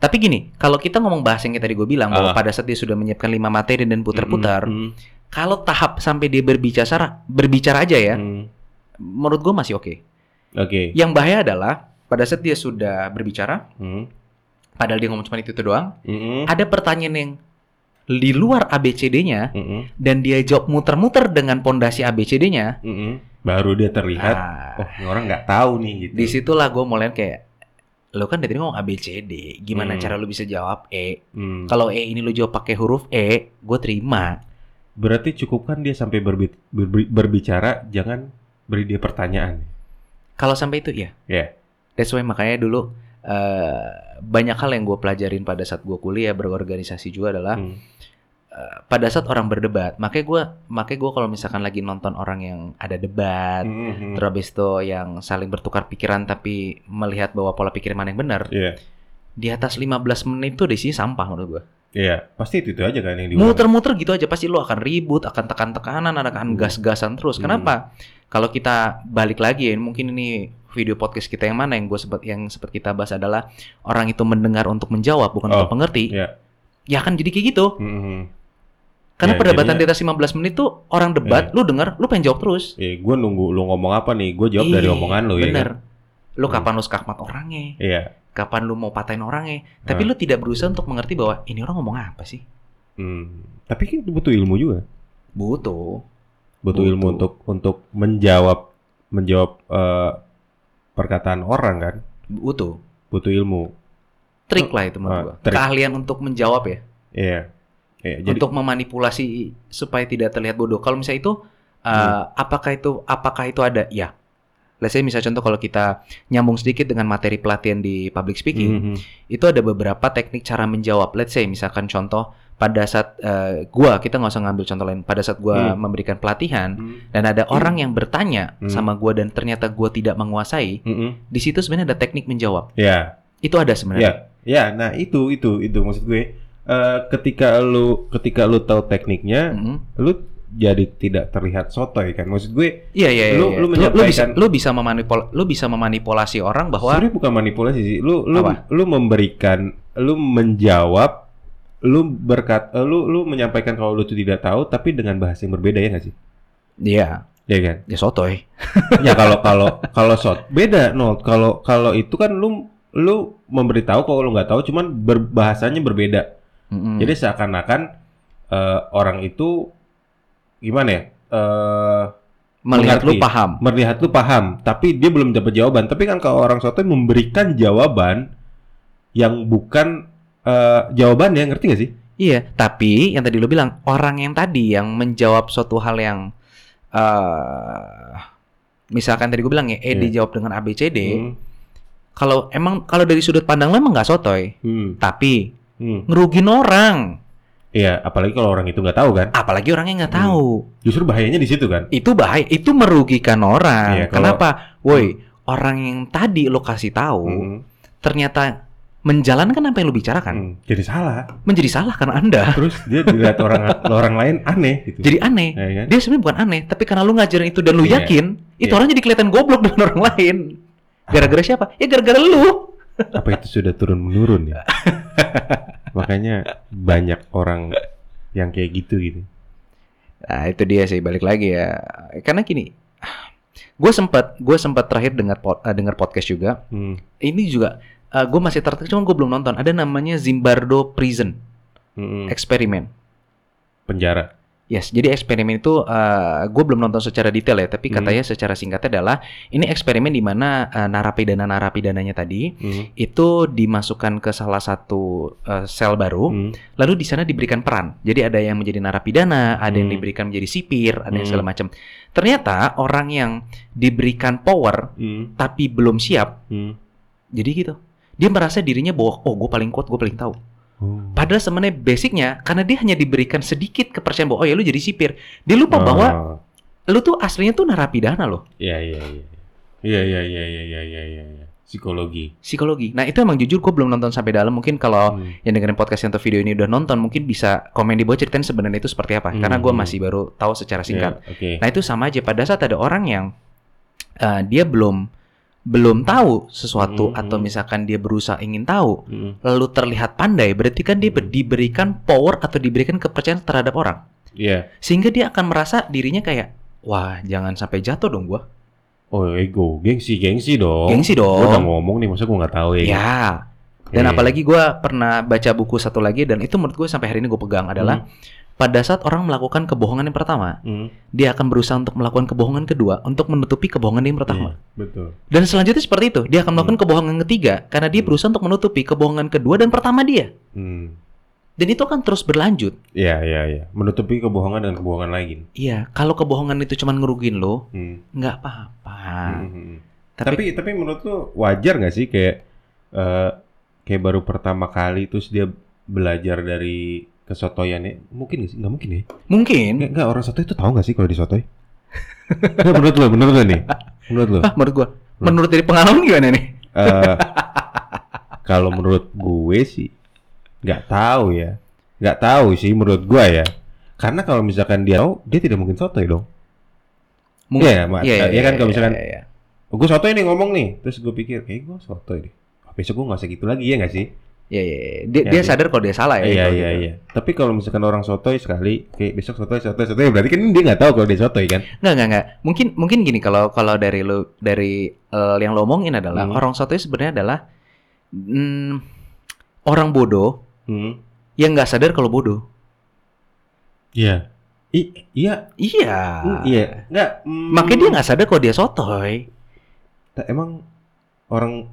[SPEAKER 1] Tapi gini, kalau kita ngomong bahasa yang tadi gue bilang bahwa
[SPEAKER 2] Ah.
[SPEAKER 1] pada saat dia sudah menyiapkan lima materi dan putar-putar,
[SPEAKER 2] Hmm,
[SPEAKER 1] kalau tahap sampai dia berbicara berbicara aja ya,
[SPEAKER 2] hmm.
[SPEAKER 1] menurut gue masih oke.
[SPEAKER 2] Oke.
[SPEAKER 1] Yang bahaya adalah pada saat dia sudah berbicara,
[SPEAKER 2] Hmm,
[SPEAKER 1] padahal dia ngomong cuma itu, itu doang,
[SPEAKER 2] hmm,
[SPEAKER 1] ada pertanyaan yang di luar ABCD-nya
[SPEAKER 2] hmm, hmm,
[SPEAKER 1] dan dia jawab muter-muter dengan pondasi ABCD-nya.
[SPEAKER 2] hmm. Baru dia terlihat.
[SPEAKER 1] Nah,
[SPEAKER 2] Oh, ini orang nggak tahu nih gitu.
[SPEAKER 1] disitulah gue mulai kayak lo kan dari tadi ngomong ABCD, gimana
[SPEAKER 2] Hmm.
[SPEAKER 1] cara lu bisa jawab E?
[SPEAKER 2] Hmm.
[SPEAKER 1] Kalau E ini lu jawab pakai huruf E, gue terima.
[SPEAKER 2] Berarti cukupkan dia sampai berbi- berbi- berbicara, jangan beri dia pertanyaan.
[SPEAKER 1] Kalau sampai itu ya.
[SPEAKER 2] Iya.
[SPEAKER 1] That's why makanya dulu eh, banyak hal yang gue pelajarin pada saat gue kuliah berorganisasi juga adalah
[SPEAKER 2] Hmm.
[SPEAKER 1] eh, pada saat orang berdebat, makanya gue makanya gue kalau misalkan lagi nonton orang yang ada debat,
[SPEAKER 2] Hmm, hmm.
[SPEAKER 1] ya, terus habis itu yang saling bertukar pikiran tapi melihat bahwa pola pikir mana yang benar,
[SPEAKER 2] Iya.
[SPEAKER 1] di atas 15 menit tuh di sini sampah menurut gue.
[SPEAKER 2] Iya, pasti itu, itu aja kan yang diulang.
[SPEAKER 1] Muter-muter gitu aja pasti lo akan ribut, akan tekan-tekanan, akan
[SPEAKER 2] Hmm.
[SPEAKER 1] gas-gasan terus.
[SPEAKER 2] Hmm.
[SPEAKER 1] Kenapa? Kalau kita balik lagi ya, mungkin ini video podcast kita yang mana yang gue sempat yang sempat kita bahas adalah orang itu mendengar untuk menjawab bukan
[SPEAKER 2] Oh,
[SPEAKER 1] untuk pengerti.
[SPEAKER 2] iya.
[SPEAKER 1] Ya kan jadi kayak gitu.
[SPEAKER 2] Mm-hmm.
[SPEAKER 1] Karena
[SPEAKER 2] Ya,
[SPEAKER 1] perdebatan
[SPEAKER 2] jadinya-
[SPEAKER 1] di
[SPEAKER 2] Ya.
[SPEAKER 1] atas 15 menit tuh orang debat, lu denger, lu pengen jawab terus.
[SPEAKER 2] Eh, gue nunggu lu ngomong apa nih? Gue jawab dari
[SPEAKER 1] Ih,
[SPEAKER 2] omongan lu ya.
[SPEAKER 1] Bener.
[SPEAKER 2] kan?
[SPEAKER 1] Lu
[SPEAKER 2] Hmm.
[SPEAKER 1] kapan lu skakmat orangnya?
[SPEAKER 2] Iya.
[SPEAKER 1] Kapan lu mau patahin orangnya? Tapi lu tidak berusaha untuk mengerti bahwa ini orang ngomong apa sih?
[SPEAKER 2] Hmm. Tapi kan butuh ilmu juga.
[SPEAKER 1] Butuh.
[SPEAKER 2] Butuh,
[SPEAKER 1] Butuh.
[SPEAKER 2] ilmu untuk untuk menjawab menjawab eh, perkataan orang kan.
[SPEAKER 1] Butuh.
[SPEAKER 2] Butuh ilmu.
[SPEAKER 1] Trik lah itu menurut
[SPEAKER 2] Ah,
[SPEAKER 1] gua.
[SPEAKER 2] trik.
[SPEAKER 1] Keahlian untuk menjawab ya.
[SPEAKER 2] Iya. Iya, jadi
[SPEAKER 1] untuk memanipulasi supaya tidak terlihat bodoh. Kalau misalnya itu uh,
[SPEAKER 2] Hmm.
[SPEAKER 1] apakah itu apakah itu ada? Ya. Let's say misalnya contoh kalau kita nyambung sedikit dengan materi pelatihan di public speaking,
[SPEAKER 2] Mhm.
[SPEAKER 1] itu ada beberapa teknik cara menjawab. Let's say misalkan contoh pada saat uh, gua kita nggak usah ngambil contoh lain. Pada saat gua memberikan pelatihan dan ada orang yang bertanya
[SPEAKER 2] Hmm.
[SPEAKER 1] sama gua dan ternyata gua tidak menguasai,
[SPEAKER 2] Mhm.
[SPEAKER 1] di situ sebenarnya ada teknik menjawab.
[SPEAKER 2] Iya.
[SPEAKER 1] Itu ada sebenarnya.
[SPEAKER 2] Ya, nah itu itu itu maksud gue. Eh, ketika lu ketika lu tahu tekniknya,
[SPEAKER 1] Mm-mm.
[SPEAKER 2] lu jadi tidak terlihat sotoy kan. Maksud gue
[SPEAKER 1] Iya iya iya.
[SPEAKER 2] Lu-
[SPEAKER 1] iya.
[SPEAKER 2] lu
[SPEAKER 1] bisa
[SPEAKER 2] menyampaikan-
[SPEAKER 1] lu bisa memanipul- lu bisa memanipulasi orang bahwa
[SPEAKER 2] sebenarnya bukan manipulasi sih. Lu lu
[SPEAKER 1] Apa?
[SPEAKER 2] lu memberikan, lu menjawab, lu berkat eh, lu lu menyampaikan kalau lu tuh tidak tahu tapi dengan bahasa yang berbeda ya nggak sih?
[SPEAKER 1] Iya,
[SPEAKER 2] Ya kan?
[SPEAKER 1] ya sotoy.
[SPEAKER 2] ya kalau kalau kalau shot beda no kalau kalau itu kan lu lu memberitahu kalau lu nggak tahu cuman berbahasanya berbeda.
[SPEAKER 1] Mm-mm.
[SPEAKER 2] Jadi seakan-akan eh, orang itu gimana ya? Eh
[SPEAKER 1] melihat lu
[SPEAKER 2] Mengerti.
[SPEAKER 1] paham.
[SPEAKER 2] melihat lu paham, tapi dia belum dapat jawaban. Tapi kan kalau orang sotoy memberikan jawaban yang bukan eh, jawaban ya, ngerti gak sih?
[SPEAKER 1] Iya, tapi yang tadi lu bilang orang yang tadi yang menjawab suatu hal yang eh misalkan tadi gue bilang ya E
[SPEAKER 2] Iya.
[SPEAKER 1] dijawab dengan ABCD,
[SPEAKER 2] Hmm,
[SPEAKER 1] kalau emang kalau dari sudut pandang lu emang nggak sotoy,
[SPEAKER 2] hmm,
[SPEAKER 1] tapi
[SPEAKER 2] hmm.
[SPEAKER 1] ngerugin orang,
[SPEAKER 2] Iya, apalagi kalau orang itu nggak tahu kan,
[SPEAKER 1] apalagi orangnya nggak
[SPEAKER 2] Hmm.
[SPEAKER 1] tahu.
[SPEAKER 2] justru bahayanya di situ kan.
[SPEAKER 1] Itu bahaya, itu merugikan orang.
[SPEAKER 2] Iya, kalau-
[SPEAKER 1] Kenapa? Woi, orang yang tadi lu kasih tahu
[SPEAKER 2] Hmm,
[SPEAKER 1] ternyata menjalankan apa yang lu bicarakan
[SPEAKER 2] hmm. Jadi salah.
[SPEAKER 1] menjadi salah karena Anda.
[SPEAKER 2] Terus dia dilihat orang orang lain aneh gitu.
[SPEAKER 1] Jadi aneh.
[SPEAKER 2] Ya kan?
[SPEAKER 1] dia sebenarnya bukan aneh tapi karena lu ngajarin itu dan lu
[SPEAKER 2] Iya.
[SPEAKER 1] yakin itu
[SPEAKER 2] Iya.
[SPEAKER 1] orang jadi kelihatan goblok dengan orang lain gara-gara siapa ya gara-gara lu
[SPEAKER 2] Apa itu sudah turun menurun ya? Makanya banyak orang yang kayak gitu gitu.
[SPEAKER 1] nah itu dia sih balik lagi ya karena gini gue sempat gue sempat terakhir dengar pod- eh, dengar podcast juga
[SPEAKER 2] Hmm,
[SPEAKER 1] ini juga gue masih tertarik cuman gue belum nonton ada namanya Zimbardo Prison
[SPEAKER 2] hmm, hmm.
[SPEAKER 1] eksperimen
[SPEAKER 2] Penjara.
[SPEAKER 1] Yes, jadi eksperimen itu gue belum nonton secara detail ya, tapi
[SPEAKER 2] Hmm.
[SPEAKER 1] katanya secara singkatnya adalah ini eksperimen di mana eh, narapidana narapidananya tadi
[SPEAKER 2] Hmm,
[SPEAKER 1] itu dimasukkan ke salah satu eh, sel baru,
[SPEAKER 2] hmm,
[SPEAKER 1] lalu di sana diberikan peran. Jadi ada yang menjadi narapidana, ada yang
[SPEAKER 2] Hmm.
[SPEAKER 1] diberikan menjadi sipir, ada yang
[SPEAKER 2] Hmm.
[SPEAKER 1] segala macam. Ternyata orang yang diberikan power
[SPEAKER 2] hmm,
[SPEAKER 1] tapi belum siap,
[SPEAKER 2] hmm.
[SPEAKER 1] jadi gitu. Dia merasa dirinya bahwa oh gue paling kuat, gue paling tahu.
[SPEAKER 2] Oh.
[SPEAKER 1] Padahal sebenarnya basicnya karena dia hanya diberikan sedikit kepercayaan bahwa oh ya lu jadi sipir. Dia lupa bahwa
[SPEAKER 2] Oh,
[SPEAKER 1] lu tuh aslinya tuh narapidana loh,
[SPEAKER 2] Iya iya iya. Iya iya iya iya iya iya iya, iya. Psikologi.
[SPEAKER 1] psikologi. Nah itu emang jujur gue belum nonton sampai dalam. Mungkin kalau
[SPEAKER 2] Hmm.
[SPEAKER 1] yang dengerin podcast atau video ini udah nonton mungkin bisa komen di bawah ceritain sebenarnya itu seperti apa
[SPEAKER 2] Hmm,
[SPEAKER 1] karena gue
[SPEAKER 2] hmm.
[SPEAKER 1] masih baru tahu secara singkat.
[SPEAKER 2] Iya, Oke.
[SPEAKER 1] Nah itu sama aja pada saat ada orang yang eh, dia belum belum tahu sesuatu
[SPEAKER 2] Hmm,
[SPEAKER 1] atau
[SPEAKER 2] hmm.
[SPEAKER 1] misalkan dia berusaha ingin tahu
[SPEAKER 2] Hmm,
[SPEAKER 1] lalu terlihat pandai berarti kan dia ber-
[SPEAKER 2] Hmm.
[SPEAKER 1] diberikan power atau diberikan kepercayaan terhadap orang
[SPEAKER 2] Iya.
[SPEAKER 1] sehingga dia akan merasa dirinya kayak wah jangan sampai jatuh dong gua
[SPEAKER 2] Oh ego, gengsi gengsi dong.
[SPEAKER 1] gengsi
[SPEAKER 2] Oh. Gua udah
[SPEAKER 1] dong
[SPEAKER 2] ngomong nih, masa gua nggak tahu ya.
[SPEAKER 1] ya Dan
[SPEAKER 2] Iya.
[SPEAKER 1] apalagi gue pernah baca buku satu lagi dan itu menurut gue sampai hari ini gue pegang adalah pada saat orang melakukan kebohongan yang pertama,
[SPEAKER 2] Hmm,
[SPEAKER 1] dia akan berusaha untuk melakukan kebohongan kedua untuk menutupi kebohongan yang pertama.
[SPEAKER 2] iya, Betul.
[SPEAKER 1] Dan selanjutnya seperti itu, dia akan melakukan kebohongan ketiga karena dia
[SPEAKER 2] Hmm.
[SPEAKER 1] berusaha untuk menutupi kebohongan kedua dan pertama dia.
[SPEAKER 2] Hmm.
[SPEAKER 1] Dan itu akan terus berlanjut.
[SPEAKER 2] Iya iya iya. Menutupi kebohongan dengan kebohongan lain.
[SPEAKER 1] Iya, kalau kebohongan itu cuma ngerugin lo,
[SPEAKER 2] Hmm.
[SPEAKER 1] nggak apa-apa.
[SPEAKER 2] Hmm.
[SPEAKER 1] Tapi,
[SPEAKER 2] Tapi tapi menurut lu wajar nggak sih kayak eh, kayak baru pertama kali terus dia belajar dari kesotoyannya? Mungkin nggak sih? Nggak mungkin ya.
[SPEAKER 1] mungkin,
[SPEAKER 2] Nggak, nggak, orang sotoy itu tahu nggak sih kalau disotoy? Nggak, menurut lo, menurut lo nih, menurut lo.
[SPEAKER 1] ah, menurut gue,
[SPEAKER 2] Iya.
[SPEAKER 1] menurut dari pengalaman gimana nih?
[SPEAKER 2] Eh, kalau menurut gue sih nggak tahu ya, nggak tahu sih menurut gue ya. Karena kalau misalkan dia tahu, dia tidak mungkin sotoy dong.
[SPEAKER 1] Mungkin.
[SPEAKER 2] Iya, Mak. Iya kan, kalau misalkan-
[SPEAKER 1] iya, iya.
[SPEAKER 2] Oh, gue sotoy nih ngomong nih, terus gue pikir, eh gue sotoy deh. Ah, Besok gue nggak segitu lagi ya nggak sih?
[SPEAKER 1] Iya, iya, iya. Dia,
[SPEAKER 2] Iya,
[SPEAKER 1] dia
[SPEAKER 2] iya.
[SPEAKER 1] sadar kalau dia salah ya.
[SPEAKER 2] Iya
[SPEAKER 1] kalau
[SPEAKER 2] iya
[SPEAKER 1] gitu.
[SPEAKER 2] iya. Tapi kalau misalkan orang sotoy sekali, oke besok sotoy sotoy sotoy, berarti kan dia nggak tahu kalau dia sotoy kan?
[SPEAKER 1] Nggak, nggak, nggak. Mungkin mungkin gini kalau kalau dari lu dari eh, yang lo omongin adalah
[SPEAKER 2] Hmm.
[SPEAKER 1] orang sotoy sebenarnya adalah mm, orang bodoh
[SPEAKER 2] Hmm.
[SPEAKER 1] yang nggak sadar kalau bodoh.
[SPEAKER 2] Iya. I- iya.
[SPEAKER 1] Iya.
[SPEAKER 2] Hmm, iya. Nggak. hmm.
[SPEAKER 1] Makanya dia nggak sadar kalau dia sotoy.
[SPEAKER 2] Ta- emang orang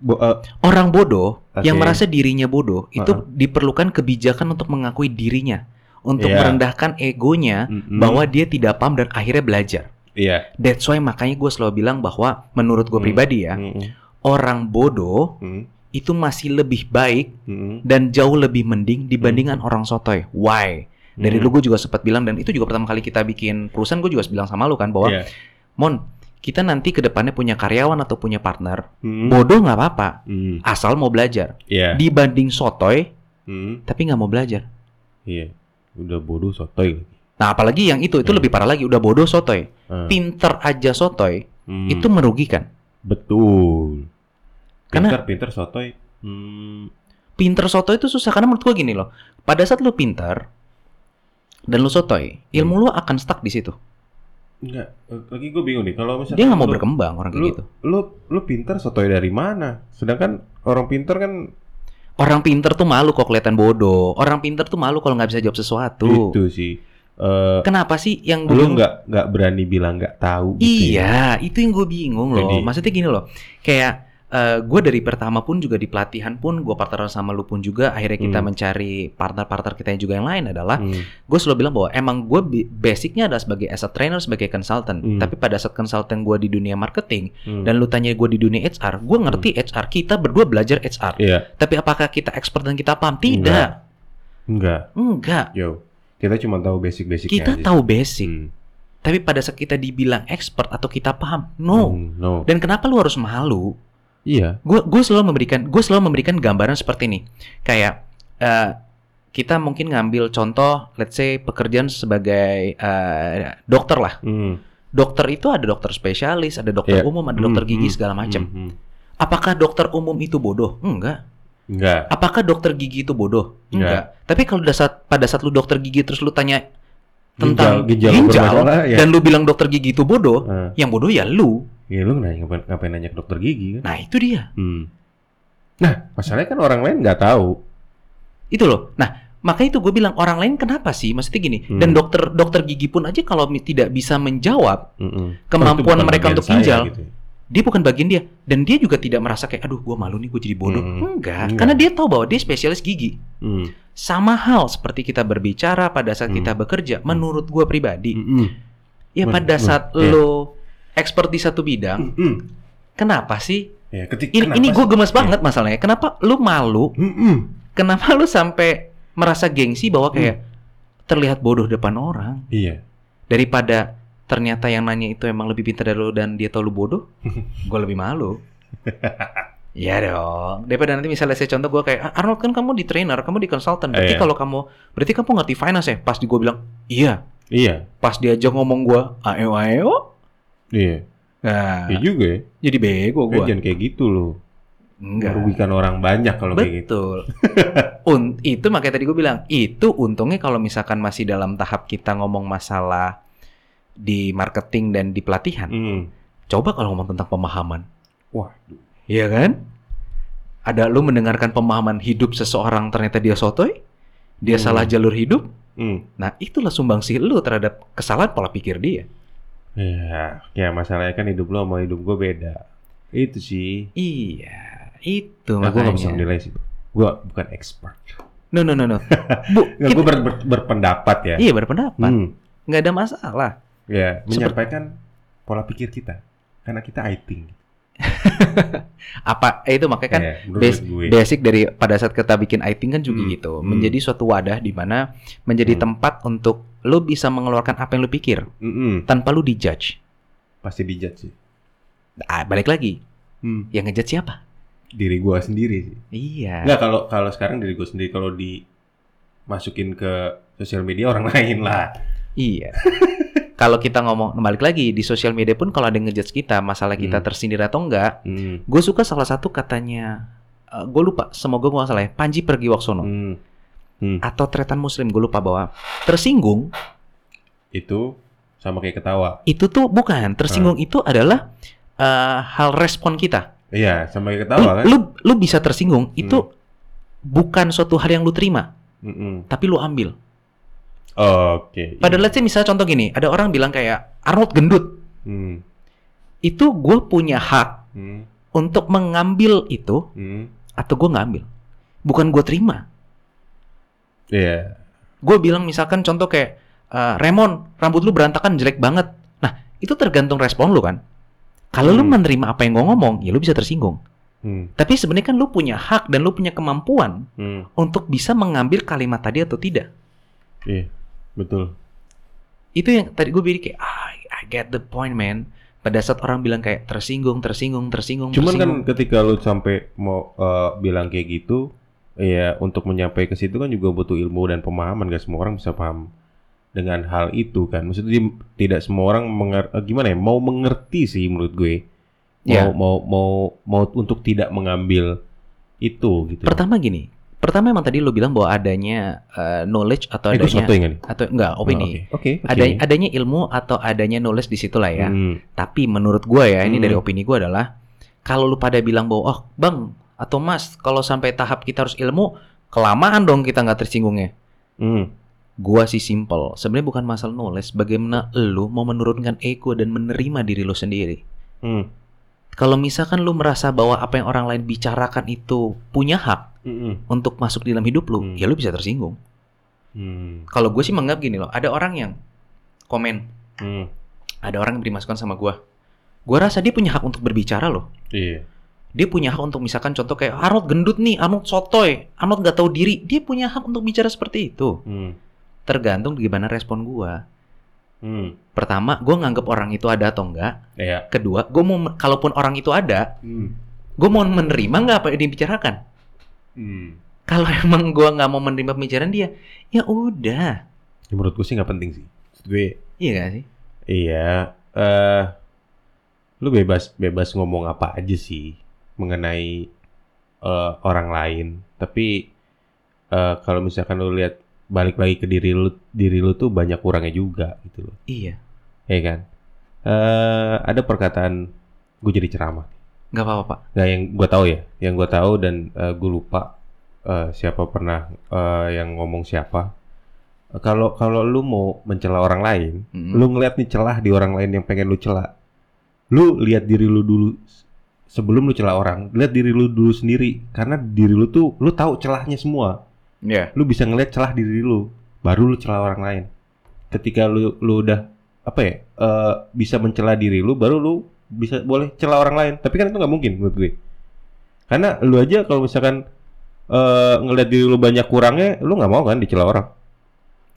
[SPEAKER 2] bo- eh,
[SPEAKER 1] Orang bodoh yang
[SPEAKER 2] Oke.
[SPEAKER 1] merasa dirinya bodoh itu
[SPEAKER 2] Uh-uh.
[SPEAKER 1] diperlukan kebijakan untuk mengakui dirinya, untuk
[SPEAKER 2] Iya. Hmm.
[SPEAKER 1] merendahkan egonya
[SPEAKER 2] mm-mm.
[SPEAKER 1] bahwa dia tidak paham dan akhirnya belajar.
[SPEAKER 2] iya
[SPEAKER 1] That's why makanya gue selalu bilang bahwa menurut gue
[SPEAKER 2] Hmm.
[SPEAKER 1] pribadi ya,
[SPEAKER 2] Mm-mm.
[SPEAKER 1] orang bodoh
[SPEAKER 2] Mm-mm.
[SPEAKER 1] itu masih lebih baik
[SPEAKER 2] Mm-mm.
[SPEAKER 1] dan jauh lebih mending
[SPEAKER 2] Hmm.
[SPEAKER 1] dibandingkan orang sotoy. Why? Dari
[SPEAKER 2] Mm.
[SPEAKER 1] dulu gue juga sempat bilang dan itu juga pertama kali kita bikin perusahaan gue juga bilang sama lu kan bahwa
[SPEAKER 2] Iya.
[SPEAKER 1] Mon kita nanti ke depannya punya karyawan atau punya partner
[SPEAKER 2] Mm-mm.
[SPEAKER 1] bodoh nggak apa-apa
[SPEAKER 2] Mm.
[SPEAKER 1] asal mau belajar
[SPEAKER 2] Hmm. Iya.
[SPEAKER 1] dibanding sotoy
[SPEAKER 2] Mm.
[SPEAKER 1] tapi nggak mau belajar.
[SPEAKER 2] Iya. Udah bodoh sotoy lagi.
[SPEAKER 1] Nah apalagi yang itu itu
[SPEAKER 2] Hmm.
[SPEAKER 1] lebih parah lagi udah bodoh sotoy
[SPEAKER 2] Ah.
[SPEAKER 1] pinter aja sotoy
[SPEAKER 2] Mm.
[SPEAKER 1] itu merugikan
[SPEAKER 2] betul.
[SPEAKER 1] Karena-
[SPEAKER 2] Pinter pinter sotoy. Mm.
[SPEAKER 1] pinter sotoy itu susah karena menurut gue gini loh pada saat lu pinter dan lu sotoy
[SPEAKER 2] Hmm.
[SPEAKER 1] ilmu lu akan stuck di situ
[SPEAKER 2] Enggak, eh, lagi gue bingung nih kalau misalkan
[SPEAKER 1] dia nggak mau
[SPEAKER 2] lu-
[SPEAKER 1] berkembang orang kayak
[SPEAKER 2] lu-
[SPEAKER 1] gitu
[SPEAKER 2] Lu lu pinter sotoy dari mana? Sedangkan orang pinter kan
[SPEAKER 1] Orang pinter tuh malu kalau kelihatan bodoh. Orang pinter tuh malu kalau nggak bisa jawab sesuatu.
[SPEAKER 2] itu sih. eh
[SPEAKER 1] Kenapa sih yang gue
[SPEAKER 2] Gitu. lu nggak nggak berani bilang nggak tahu gitu ya.
[SPEAKER 1] Iya, itu yang gue bingung loh.
[SPEAKER 2] Jadi-
[SPEAKER 1] Maksudnya gini loh, kayak eh, gue dari pertama pun juga di pelatihan pun gue partneran sama lu pun juga akhirnya kita
[SPEAKER 2] Hmm.
[SPEAKER 1] mencari partner-partner kita yang juga yang lain adalah
[SPEAKER 2] Hmm,
[SPEAKER 1] gue selalu bilang bahwa emang gue basicnya adalah sebagai as a trainer sebagai consultant
[SPEAKER 2] Hmm.
[SPEAKER 1] tapi pada saat consultant gue di dunia marketing
[SPEAKER 2] hmm.
[SPEAKER 1] dan lu tanya gue di dunia HR gue ngerti HR kita berdua belajar HR
[SPEAKER 2] Iya.
[SPEAKER 1] tapi apakah kita expert dan kita paham tidak
[SPEAKER 2] Enggak,
[SPEAKER 1] enggak,
[SPEAKER 2] yo. Kita cuma tahu basic-basicnya
[SPEAKER 1] kita
[SPEAKER 2] aja.
[SPEAKER 1] tahu basic
[SPEAKER 2] Hmm,
[SPEAKER 1] tapi pada saat kita dibilang expert atau kita paham no
[SPEAKER 2] hmm, no.
[SPEAKER 1] dan kenapa lu harus malu
[SPEAKER 2] Iya.
[SPEAKER 1] gue gue selalu memberikan gue selalu memberikan gambaran seperti ini kayak eh, kita mungkin ngambil contoh let's say pekerjaan sebagai eh, dokter lah
[SPEAKER 2] Hmm,
[SPEAKER 1] dokter itu ada dokter spesialis ada dokter
[SPEAKER 2] Iya.
[SPEAKER 1] umum ada
[SPEAKER 2] Hmm,
[SPEAKER 1] dokter gigi
[SPEAKER 2] hmm,
[SPEAKER 1] segala macam
[SPEAKER 2] hmm, hmm.
[SPEAKER 1] apakah dokter umum itu bodoh enggak
[SPEAKER 2] Enggak.
[SPEAKER 1] apakah dokter gigi itu bodoh
[SPEAKER 2] Enggak.
[SPEAKER 1] enggak tapi kalau pada saat pada saat lu dokter gigi terus lu tanya tentang
[SPEAKER 2] ginjal,
[SPEAKER 1] ginjal,
[SPEAKER 2] bermasalah, ya.
[SPEAKER 1] dan lu bilang dokter gigi itu bodoh
[SPEAKER 2] Eh,
[SPEAKER 1] yang bodoh ya lu
[SPEAKER 2] ya lu nanya, ngapain, ngapain nanya ke dokter gigi kan?
[SPEAKER 1] nah itu dia
[SPEAKER 2] Hmm. Nah, masalahnya kan orang lain nggak tahu.
[SPEAKER 1] itu loh nah makanya itu gue bilang orang lain kenapa sih maksudnya gini
[SPEAKER 2] Hmm.
[SPEAKER 1] dan dokter dokter gigi pun aja kalau mi- tidak bisa menjawab
[SPEAKER 2] Mm-mm. Oh,
[SPEAKER 1] kemampuan
[SPEAKER 2] itu bukan
[SPEAKER 1] mereka
[SPEAKER 2] bagian
[SPEAKER 1] untuk
[SPEAKER 2] saya,
[SPEAKER 1] ginjal
[SPEAKER 2] gitu.
[SPEAKER 1] dia bukan bagian dia dan dia juga tidak merasa kayak aduh gue malu nih gue jadi bodoh
[SPEAKER 2] Hmm.
[SPEAKER 1] enggak
[SPEAKER 2] Enggak.
[SPEAKER 1] karena dia tahu bahwa dia spesialis gigi
[SPEAKER 2] Hmm.
[SPEAKER 1] sama hal seperti kita berbicara pada saat
[SPEAKER 2] Hmm.
[SPEAKER 1] kita bekerja menurut gue pribadi
[SPEAKER 2] Mm-mm.
[SPEAKER 1] ya
[SPEAKER 2] Hmm.
[SPEAKER 1] pada
[SPEAKER 2] Hmm.
[SPEAKER 1] saat
[SPEAKER 2] Iya.
[SPEAKER 1] lo expert di satu bidang
[SPEAKER 2] Mm-mm.
[SPEAKER 1] kenapa sih
[SPEAKER 2] Ya, ketika
[SPEAKER 1] ini ini gue gemes
[SPEAKER 2] Iya.
[SPEAKER 1] banget masalahnya kenapa lo malu kenapa lu sampai merasa gengsi bahwa kayak terlihat bodoh depan orang
[SPEAKER 2] Iya.
[SPEAKER 1] daripada ternyata yang nanya itu emang lebih pintar dari lu dan dia tahu lu bodoh gue lebih malu Iya dong. Daripada nanti misalnya saya contoh gue kayak "Ah, Arnold kan kamu di trainer, kamu di consultant. Berarti
[SPEAKER 2] Iya.
[SPEAKER 1] kalau kamu berarti kamu ngerti finance ya? Pas di gue bilang iya.
[SPEAKER 2] Iya.
[SPEAKER 1] Pas diajak ngomong gue ayo ayo.
[SPEAKER 2] Iya.
[SPEAKER 1] Nah,
[SPEAKER 2] Iya juga ya.
[SPEAKER 1] jadi bego
[SPEAKER 2] Eh,
[SPEAKER 1] gue.
[SPEAKER 2] jangan kayak gitu loh.
[SPEAKER 1] Enggak.
[SPEAKER 2] Merugikan orang banyak kalau kayak gitu.
[SPEAKER 1] Betul. Un- itu makanya tadi gue bilang itu untungnya kalau misalkan masih dalam tahap kita ngomong masalah di marketing dan di pelatihan.
[SPEAKER 2] Mm.
[SPEAKER 1] Coba kalau ngomong tentang pemahaman.
[SPEAKER 2] Wah.
[SPEAKER 1] Iya kan? Ada lu mendengarkan pemahaman hidup seseorang ternyata dia sotoy, dia
[SPEAKER 2] Hmm.
[SPEAKER 1] salah jalur hidup.
[SPEAKER 2] Mm.
[SPEAKER 1] Nah, itulah sumbangsih lu terhadap kesalahan pola pikir dia.
[SPEAKER 2] Ya, ya masalahnya kan hidup lo sama hidup gue beda. Itu sih.
[SPEAKER 1] Iya, itu
[SPEAKER 2] Nah, gue
[SPEAKER 1] makanya.
[SPEAKER 2] gak bisa menilai sih. Gue bukan expert.
[SPEAKER 1] no, no, no, no. Bu,
[SPEAKER 2] Nggak, gue
[SPEAKER 1] kita-
[SPEAKER 2] ber- ber- berpendapat ya.
[SPEAKER 1] iya berpendapat.
[SPEAKER 2] Hmm.
[SPEAKER 1] Nggak ada masalah.
[SPEAKER 2] Ya,
[SPEAKER 1] Seperti-
[SPEAKER 2] menyampaikan pola pikir kita. Karena kita IT.
[SPEAKER 1] Apa eh, itu makanya kan
[SPEAKER 2] ya, menurut
[SPEAKER 1] base-
[SPEAKER 2] gue.
[SPEAKER 1] basic dari pada saat kita bikin iting kan juga
[SPEAKER 2] Hmm,
[SPEAKER 1] gitu
[SPEAKER 2] hmm.
[SPEAKER 1] menjadi suatu wadah di mana menjadi
[SPEAKER 2] Hmm.
[SPEAKER 1] tempat untuk lu bisa mengeluarkan apa yang lu pikir
[SPEAKER 2] Mm-mm.
[SPEAKER 1] tanpa lu dijudge
[SPEAKER 2] Pasti dijudge sih.
[SPEAKER 1] ah, balik lagi
[SPEAKER 2] Hmm.
[SPEAKER 1] yang ngejudge siapa
[SPEAKER 2] Diri gue sendiri sih.
[SPEAKER 1] iya
[SPEAKER 2] Enggak kalau kalau sekarang diri gue sendiri kalau dimasukin ke sosial media orang lain lah.
[SPEAKER 1] iya kalau kita ngomong balik lagi di sosial media pun kalau ada yang ngejudge kita masalah kita
[SPEAKER 2] Hmm.
[SPEAKER 1] tersindir atau enggak
[SPEAKER 2] Hmm.
[SPEAKER 1] gue suka salah satu katanya gue lupa semoga gue gak salah ya Panji Pergiwaksono
[SPEAKER 2] Hmm.
[SPEAKER 1] atau tretan muslim gue lupa bahwa tersinggung
[SPEAKER 2] Itu sama kayak ketawa.
[SPEAKER 1] itu tuh bukan tersinggung
[SPEAKER 2] Hmm.
[SPEAKER 1] itu adalah eh, hal respon kita
[SPEAKER 2] Iya, sama kayak
[SPEAKER 1] lu,
[SPEAKER 2] ketawa kan? Hmm.
[SPEAKER 1] lu lu bisa tersinggung itu bukan suatu hal yang lu terima
[SPEAKER 2] Mm-mm.
[SPEAKER 1] tapi lu ambil
[SPEAKER 2] Hmm, Oke.
[SPEAKER 1] padahal let's say misalnya contoh gini ada orang bilang kayak Arnold gendut
[SPEAKER 2] Hmm.
[SPEAKER 1] itu gue punya hak
[SPEAKER 2] Hmm.
[SPEAKER 1] untuk mengambil itu
[SPEAKER 2] Hmm.
[SPEAKER 1] atau gue nggak ambil bukan gue terima
[SPEAKER 2] Iya.
[SPEAKER 1] gue bilang misalkan contoh kayak "Eh, Raymond rambut lu berantakan jelek banget nah itu tergantung respon lu kan kalau lu
[SPEAKER 2] Hmm.
[SPEAKER 1] menerima apa yang gue ngomong ya lu bisa tersinggung
[SPEAKER 2] Hmm.
[SPEAKER 1] tapi sebenarnya kan lu punya hak dan lu punya kemampuan
[SPEAKER 2] Hmm.
[SPEAKER 1] untuk bisa mengambil kalimat tadi atau tidak
[SPEAKER 2] Betul.
[SPEAKER 1] itu yang tadi gue bilang kayak ah, I get the point man pada saat orang bilang kayak tersinggung tersinggung tersinggung
[SPEAKER 2] Cuman kan
[SPEAKER 1] tersinggung.
[SPEAKER 2] ketika lu sampai mau eh, bilang kayak gitu, ya untuk menyampai ke situ kan juga butuh ilmu dan pemahaman. Gak semua orang bisa paham dengan hal itu kan. Maksudnya dia- tidak semua orang menger- eh, gimana ya mau mengerti sih menurut gue. Mau
[SPEAKER 1] Ya.
[SPEAKER 2] mau mau mau untuk tidak mengambil itu gitu.
[SPEAKER 1] pertama gini pertama emang tadi lo bilang bahwa adanya eh, knowledge atau
[SPEAKER 2] Eh, gue
[SPEAKER 1] adanya
[SPEAKER 2] soto yang ini.
[SPEAKER 1] atau enggak opini
[SPEAKER 2] Oh, Oke. Oke.
[SPEAKER 1] adanya adanya ilmu atau adanya knowledge di situlah ya
[SPEAKER 2] Hmm.
[SPEAKER 1] tapi menurut gue ya ini
[SPEAKER 2] Hmm.
[SPEAKER 1] dari opini gue adalah kalau lu pada bilang bahwa oh bang atau ya." mas kalau sampai tahap kita harus ilmu kelamaan dong kita nggak tersinggungnya
[SPEAKER 2] Hmm.
[SPEAKER 1] Gua sih simple. Sebenarnya bukan masalah nulis, bagaimana lu mau menurunkan ego dan menerima diri lu sendiri.
[SPEAKER 2] Hmm.
[SPEAKER 1] Kalau misalkan lu merasa bahwa apa yang orang lain bicarakan itu punya hak
[SPEAKER 2] Mm-mm.
[SPEAKER 1] untuk masuk di dalam hidup lu,
[SPEAKER 2] Hmm.
[SPEAKER 1] ya lu bisa tersinggung.
[SPEAKER 2] Hmm.
[SPEAKER 1] Kalau gue sih menganggap gini loh, ada orang yang komen,
[SPEAKER 2] Hmm.
[SPEAKER 1] ada orang yang beri masukan sama gua. Gua rasa dia punya hak untuk berbicara loh.
[SPEAKER 2] Iya.
[SPEAKER 1] Dia punya hak untuk misalkan contoh kayak Arnold gendut nih, Arnold sotoy, Arnold gak tahu diri. Dia punya hak untuk bicara seperti itu.
[SPEAKER 2] Hmm.
[SPEAKER 1] Tergantung gimana respon gua.
[SPEAKER 2] Hmm.
[SPEAKER 1] Pertama, gue nganggep orang itu ada atau enggak.
[SPEAKER 2] Iya.
[SPEAKER 1] Kedua, gue mau kalaupun orang itu ada,
[SPEAKER 2] Hmm.
[SPEAKER 1] gue mau menerima nggak apa yang dibicarakan.
[SPEAKER 2] Hmm.
[SPEAKER 1] Kalau emang gue nggak mau menerima pembicaraan dia, ya udah,
[SPEAKER 2] Ya, menurut gue sih nggak penting sih. Maksud gue
[SPEAKER 1] iya gak sih?
[SPEAKER 2] Iya, eh lu bebas bebas ngomong apa aja sih mengenai eh, orang lain. Tapi eh, kalau misalkan lu lihat balik lagi ke diri lu, diri lu tuh banyak kurangnya juga gitu loh,
[SPEAKER 1] Iya,
[SPEAKER 2] ya kan? Eh ada perkataan gue jadi ceramah.
[SPEAKER 1] nggak apa-apa pak.
[SPEAKER 2] Nah yang gue tahu ya, yang gue tahu dan gue lupa eh, siapa pernah eh, yang ngomong siapa. Eh, Kalau kalau lu mau mencela orang lain,
[SPEAKER 1] Mm.
[SPEAKER 2] lu ngeliat nih celah di orang lain yang pengen lu celah lu lihat diri lu dulu s- sebelum lu celah orang lihat diri lu dulu sendiri karena diri lu tuh lu tahu celahnya semua
[SPEAKER 1] Iya.
[SPEAKER 2] lu bisa ngeliat celah diri lu baru lu celah orang lain ketika lu lu udah apa ya eh, bisa mencela diri lu baru lu bisa boleh celah orang lain tapi kan itu nggak mungkin menurut gue karena lu aja kalau misalkan eh, ngeliat diri lu banyak kurangnya lu nggak mau kan dicela orang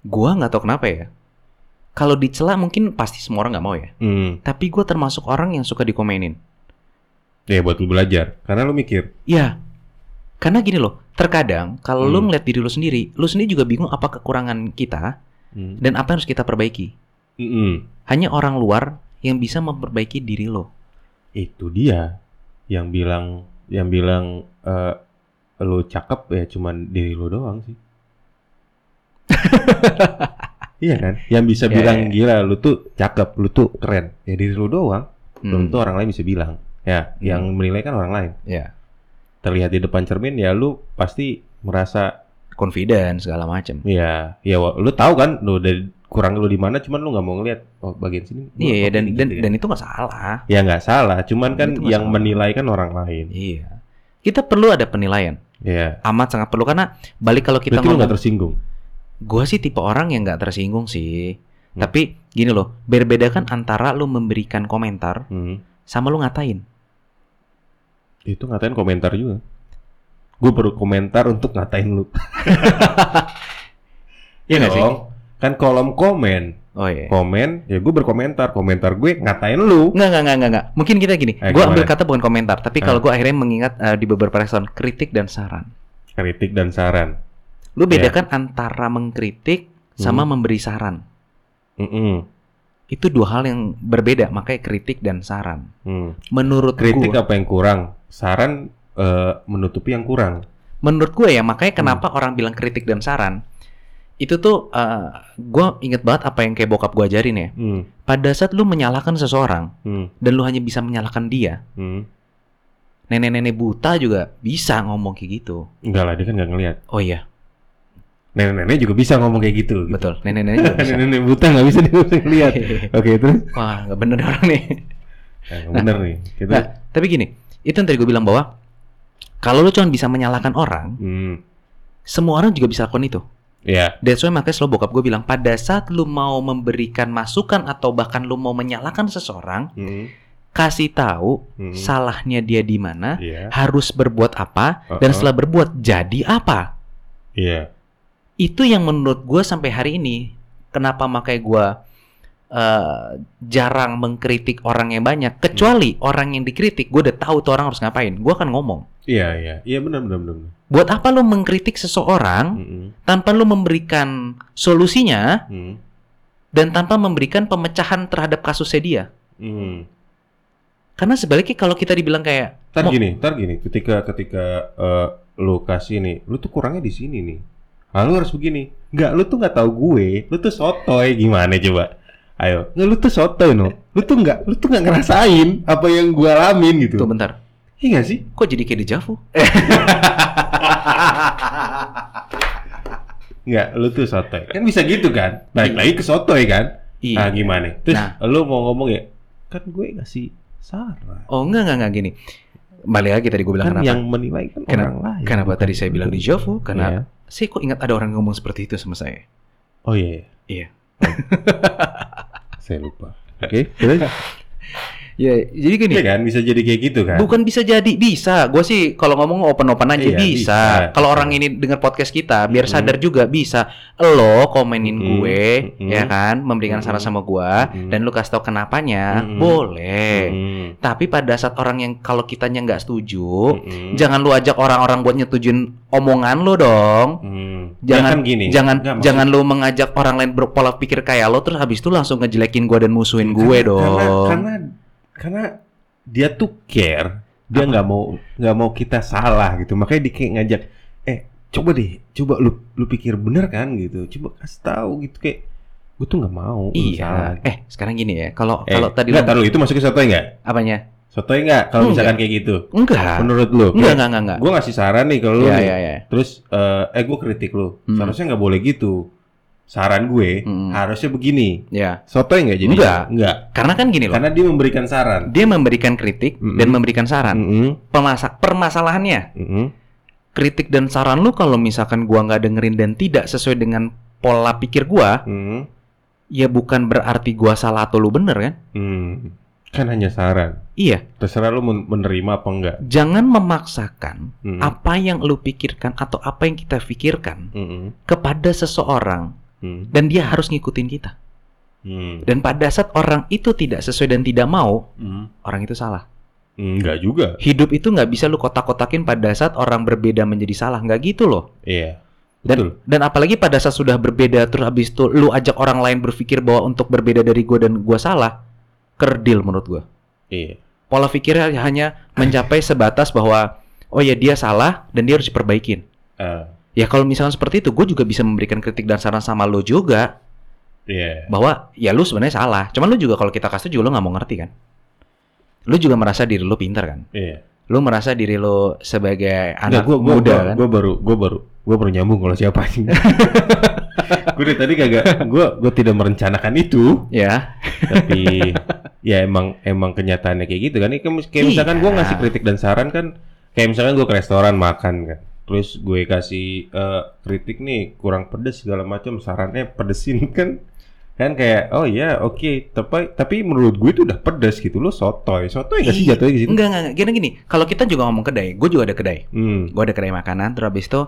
[SPEAKER 1] Gua nggak tahu kenapa ya. Kalau dicela mungkin pasti semua orang nggak mau ya.
[SPEAKER 2] hmm.
[SPEAKER 1] Tapi gue termasuk orang yang suka dikomenin.
[SPEAKER 2] ya buat lu belajar karena lu mikir
[SPEAKER 1] Iya. Karena gini loh, terkadang kalau lu
[SPEAKER 2] Hmm.
[SPEAKER 1] ngeliat diri lu sendiri, lu sendiri juga bingung apa kekurangan kita
[SPEAKER 2] Hmm.
[SPEAKER 1] dan apa yang harus kita perbaiki.
[SPEAKER 2] Mm-mm.
[SPEAKER 1] Hanya orang luar yang bisa memperbaiki diri lo.
[SPEAKER 2] Itu dia yang bilang yang bilang eh, lu cakep ya cuman diri lu doang sih. iya kan? Yang bisa
[SPEAKER 1] Ya,
[SPEAKER 2] bilang
[SPEAKER 1] ya.
[SPEAKER 2] gila lu tuh cakep, lu tuh keren. Ya diri lu doang.
[SPEAKER 1] Hmm.
[SPEAKER 2] Belum tentu orang lain bisa bilang. Ya,
[SPEAKER 1] Hmm.
[SPEAKER 2] yang menilai kan orang lain.
[SPEAKER 1] Ya.
[SPEAKER 2] Terlihat di depan cermin ya lu pasti merasa
[SPEAKER 1] confident segala macam.
[SPEAKER 2] ya ya wa- lu tahu kan lu dari kurang lu di mana cuman lu nggak mau ngeliat oh bagian sini gua
[SPEAKER 1] Iya,
[SPEAKER 2] oke
[SPEAKER 1] dan
[SPEAKER 2] nih,
[SPEAKER 1] dan,
[SPEAKER 2] gitu kan.
[SPEAKER 1] dan itu nggak salah.
[SPEAKER 2] ya nggak salah cuman kan
[SPEAKER 1] Itu nggak
[SPEAKER 2] yang
[SPEAKER 1] salah.
[SPEAKER 2] menilai kan orang lain
[SPEAKER 1] Iya. Kita perlu ada penilaian.
[SPEAKER 2] ya
[SPEAKER 1] Amat sangat perlu karena balik kalau kita
[SPEAKER 2] Berarti lu nggak
[SPEAKER 1] ngomong,
[SPEAKER 2] tersinggung.
[SPEAKER 1] gue sih tipe orang yang nggak tersinggung sih.
[SPEAKER 2] Hmm.
[SPEAKER 1] Tapi gini loh, berbeda kan antara lu memberikan komentar sama lu ngatain.
[SPEAKER 2] Itu ngatain komentar juga. Gue perlu komentar untuk ngatain lu.
[SPEAKER 1] Iya nggak sih?
[SPEAKER 2] Dong. Kan kolom komen,
[SPEAKER 1] Oh iya.
[SPEAKER 2] komen ya gue berkomentar, komentar gue ngatain lu.
[SPEAKER 1] Nggak, nggak, nggak, nggak, nggak. Mungkin kita gini,
[SPEAKER 2] Eh,
[SPEAKER 1] gue ambil
[SPEAKER 2] gimana?
[SPEAKER 1] kata bukan komentar, tapi
[SPEAKER 2] Ah.
[SPEAKER 1] kalau gue akhirnya mengingat eh, di beberapa respon kritik dan saran.
[SPEAKER 2] Kritik dan saran.
[SPEAKER 1] Lu
[SPEAKER 2] Iya. Hmm.
[SPEAKER 1] bedakan antara mengkritik sama memberi saran.
[SPEAKER 2] Mm-mm.
[SPEAKER 1] Itu dua hal yang berbeda, makanya kritik dan saran.
[SPEAKER 2] Mm.
[SPEAKER 1] menurut
[SPEAKER 2] Kritik
[SPEAKER 1] gua,
[SPEAKER 2] apa yang kurang? Saran eh, menutupi yang kurang.
[SPEAKER 1] menurut gue ya makanya kenapa orang bilang kritik dan saran itu tuh eh, gue inget banget apa yang kayak bokap gue ajarin ya
[SPEAKER 2] Mm.
[SPEAKER 1] pada saat lu menyalahkan seseorang
[SPEAKER 2] Mm.
[SPEAKER 1] dan lu hanya bisa menyalahkan dia
[SPEAKER 2] Mm.
[SPEAKER 1] nenek-nenek buta juga bisa ngomong kayak gitu
[SPEAKER 2] Enggak lah, dia kan nggak ngelihat.
[SPEAKER 1] oh iya
[SPEAKER 2] Nenek-nenek juga bisa ngomong kayak gitu. gitu.
[SPEAKER 1] betul nenek-nenek juga bisa
[SPEAKER 2] Nenek-nenek buta nggak bisa dia nggak bisa ngelihat. Oke, terus?
[SPEAKER 1] wah nggak bener nih orang nih
[SPEAKER 2] Nah, bener nih. Kita.
[SPEAKER 1] nah, tapi gini itu yang tadi gue bilang bahwa kalau lu cuma bisa menyalahkan orang
[SPEAKER 2] Mm.
[SPEAKER 1] semua orang juga bisa lakukan itu
[SPEAKER 2] Ya.
[SPEAKER 1] That's why makanya selalu bokap gue bilang pada saat lu mau memberikan masukan atau bahkan lu mau menyalahkan seseorang,
[SPEAKER 2] Mm.
[SPEAKER 1] kasih tahu
[SPEAKER 2] Mm.
[SPEAKER 1] salahnya dia di mana,
[SPEAKER 2] Iya.
[SPEAKER 1] harus berbuat apa,
[SPEAKER 2] Uh-uh.
[SPEAKER 1] dan setelah berbuat jadi apa.
[SPEAKER 2] Iya.
[SPEAKER 1] Itu yang menurut gue sampai hari ini kenapa makanya gue eh, jarang mengkritik orang yang banyak, kecuali
[SPEAKER 2] Hmm.
[SPEAKER 1] orang yang dikritik gue udah tahu tuh orang harus ngapain, gue akan ngomong.
[SPEAKER 2] Iya iya iya benar benar benar. benar.
[SPEAKER 1] Buat apa lu mengkritik seseorang
[SPEAKER 2] Mm-mm.
[SPEAKER 1] tanpa lu memberikan solusinya?
[SPEAKER 2] Mm.
[SPEAKER 1] dan tanpa memberikan pemecahan terhadap kasusnya dia.
[SPEAKER 2] Mm.
[SPEAKER 1] Karena sebaliknya kalau kita dibilang kayak
[SPEAKER 2] Ntar
[SPEAKER 1] Mo-
[SPEAKER 2] gini, ntar gini. Ketika ketika eh, lu kasih nih, lu tuh kurangnya di sini nih. Ah, lu harus begini. Enggak, lu tuh nggak tahu gue. Lu tuh sotoy gimana coba? Ayo, nggak lu tuh sotoy no. Lu tuh nggak, lu tuh nggak ngerasain apa yang gue alamin gitu.
[SPEAKER 1] tuh bentar,
[SPEAKER 2] Iya nggak sih?
[SPEAKER 1] kok jadi kayak dejavu?
[SPEAKER 2] Nggak, lu tuh sotoy. Kan bisa gitu kan? Balik lagi ke sotoy kan?
[SPEAKER 1] Iya.
[SPEAKER 2] Nah, gimana? Terus
[SPEAKER 1] Nah.
[SPEAKER 2] lu mau ngomong ya, kan gue ngasih saran.
[SPEAKER 1] Oh enggak enggak enggak gini. Balik lagi tadi gue bilang
[SPEAKER 2] Kan
[SPEAKER 1] kenapa.
[SPEAKER 2] yang menilai kan
[SPEAKER 1] Kenapa-
[SPEAKER 2] orang lain.
[SPEAKER 1] Kenapa tadi saya bilang di Jovo? Karena
[SPEAKER 2] Iya.
[SPEAKER 1] saya kok ingat ada orang ngomong seperti itu sama saya.
[SPEAKER 2] Oh iya.
[SPEAKER 1] Iya.
[SPEAKER 2] Saya lupa. Oke, terus
[SPEAKER 1] Ya, jadi gini.
[SPEAKER 2] Iya kan bisa jadi kayak gitu kan?
[SPEAKER 1] Bukan bisa jadi bisa. Gue sih kalau ngomong open-open aja
[SPEAKER 2] Iya,
[SPEAKER 1] bisa.
[SPEAKER 2] bisa.
[SPEAKER 1] Kalau orang ini dengar podcast kita, biar
[SPEAKER 2] Mm.
[SPEAKER 1] sadar juga bisa. Lo komenin
[SPEAKER 2] Mm,
[SPEAKER 1] gue,
[SPEAKER 2] mm,
[SPEAKER 1] ya kan, memberikan
[SPEAKER 2] mm,
[SPEAKER 1] saran sama gue,
[SPEAKER 2] mm.
[SPEAKER 1] dan lu kasih tau kenapanya,
[SPEAKER 2] Mm, mm.
[SPEAKER 1] boleh.
[SPEAKER 2] Mm,
[SPEAKER 1] Tapi pada saat orang yang kalau kitanya nggak setuju,
[SPEAKER 2] mm,
[SPEAKER 1] jangan lu ajak orang-orang buat nyetujuin omongan lu dong.
[SPEAKER 2] mm.
[SPEAKER 1] Jangan-
[SPEAKER 2] Ya kan gini.
[SPEAKER 1] Jangan
[SPEAKER 2] Nggak, maksud-
[SPEAKER 1] jangan lu mengajak orang lain berpola pikir kayak lo terus habis itu langsung ngejelekin gue dan musuhin gue
[SPEAKER 2] Karena-
[SPEAKER 1] dong.
[SPEAKER 2] Karena karena karena dia tuh care, dia nggak mau nggak mau kita salah gitu. Makanya dia kayak ngajak, eh coba deh, coba lu lu pikir bener kan gitu. Coba kasih tahu gitu kayak gue tuh nggak mau lu salah.
[SPEAKER 1] iya. Eh, sekarang gini ya. Kalau
[SPEAKER 2] Eh,
[SPEAKER 1] kalau tadi
[SPEAKER 2] nggak,
[SPEAKER 1] lu
[SPEAKER 2] tar lu itu masuknya sotoy nggak?
[SPEAKER 1] apanya?
[SPEAKER 2] Sotoy nggak? Kalau
[SPEAKER 1] Enggak.
[SPEAKER 2] misalkan kayak gitu,
[SPEAKER 1] Enggak.
[SPEAKER 2] menurut lu?
[SPEAKER 1] Enggak, enggak, enggak, enggak.
[SPEAKER 2] Gue ngasih saran nih kalau lu
[SPEAKER 1] Iya,
[SPEAKER 2] nih.
[SPEAKER 1] iya, iya.
[SPEAKER 2] Terus eh, eh gue kritik lu.
[SPEAKER 1] Hmm.
[SPEAKER 2] Seharusnya nggak boleh gitu. Saran gue
[SPEAKER 1] Mm.
[SPEAKER 2] harusnya begini.
[SPEAKER 1] Ya.
[SPEAKER 2] Sotoy nggak jadi?
[SPEAKER 1] Nggak.
[SPEAKER 2] Nggak.
[SPEAKER 1] Karena kan gini loh.
[SPEAKER 2] Karena dia memberikan saran.
[SPEAKER 1] Dia memberikan kritik
[SPEAKER 2] Mm-mm.
[SPEAKER 1] dan memberikan saran.
[SPEAKER 2] Mm-mm.
[SPEAKER 1] Pemasak permasalahannya,
[SPEAKER 2] Mm-mm.
[SPEAKER 1] kritik dan saran lu kalau misalkan gua nggak dengerin dan tidak sesuai dengan pola pikir gua,
[SPEAKER 2] Mm-mm.
[SPEAKER 1] ya bukan berarti gua salah atau lu bener kan?
[SPEAKER 2] Mm. Kan hanya saran.
[SPEAKER 1] Iya,
[SPEAKER 2] Terserah lu men- menerima apa enggak.
[SPEAKER 1] jangan memaksakan
[SPEAKER 2] Mm.
[SPEAKER 1] apa yang lu pikirkan atau apa yang kita pikirkan
[SPEAKER 2] Mm-mm.
[SPEAKER 1] kepada seseorang
[SPEAKER 2] Mm.
[SPEAKER 1] dan dia harus ngikutin kita.
[SPEAKER 2] Mm.
[SPEAKER 1] Dan pada saat orang itu tidak sesuai dan tidak mau,
[SPEAKER 2] Mm.
[SPEAKER 1] orang itu salah.
[SPEAKER 2] Enggak juga.
[SPEAKER 1] Hidup itu nggak bisa lu kotak-kotakin pada saat orang berbeda menjadi salah, nggak gitu loh.
[SPEAKER 2] Iya.
[SPEAKER 1] Dan,
[SPEAKER 2] Betul.
[SPEAKER 1] dan apalagi pada saat sudah berbeda terus habis itu lu ajak orang lain berpikir bahwa untuk berbeda dari gua dan gua salah, kerdil menurut gua.
[SPEAKER 2] Iya.
[SPEAKER 1] Pola pikirnya hanya mencapai sebatas bahwa oh ya dia salah dan dia harus diperbaikin.
[SPEAKER 2] Eh,
[SPEAKER 1] Ya kalau misalkan seperti itu, gue juga bisa memberikan kritik dan saran sama lo juga
[SPEAKER 2] Iya.
[SPEAKER 1] bahwa ya lu sebenarnya salah. Cuman lu juga kalau kita kasih juga lu nggak mau ngerti kan? Lu juga merasa diri lu pintar kan?
[SPEAKER 2] Iya.
[SPEAKER 1] lu merasa diri lu sebagai
[SPEAKER 2] Enggak,
[SPEAKER 1] anak
[SPEAKER 2] gua, gua,
[SPEAKER 1] muda
[SPEAKER 2] gua-
[SPEAKER 1] kan?
[SPEAKER 2] gua baru gua baru gua baru nyambung kalau siapa anjing. gua dari tadi kagak gua gua tidak merencanakan itu.
[SPEAKER 1] ya,
[SPEAKER 2] tapi ya emang emang kenyataannya kayak gitu kan Ini kayak, kayak misalkan
[SPEAKER 1] Iya.
[SPEAKER 2] gue ngasih kritik dan saran kan kayak misalkan gue ke restoran makan kan terus gue kasih eh, kritik nih kurang pedes segala macam sarannya pedesin kan kan kayak oh iya oke tapi tapi menurut gue itu udah pedes gitu lo sotoy sotoy gak sih
[SPEAKER 1] Iya.
[SPEAKER 2] jatuhnya gitu. ke situ
[SPEAKER 1] enggak enggak enggak. gini gini. Kalau kita juga ngomong kedai, gue juga ada kedai.
[SPEAKER 2] hmm.
[SPEAKER 1] Gue ada kedai makanan. Terus habis itu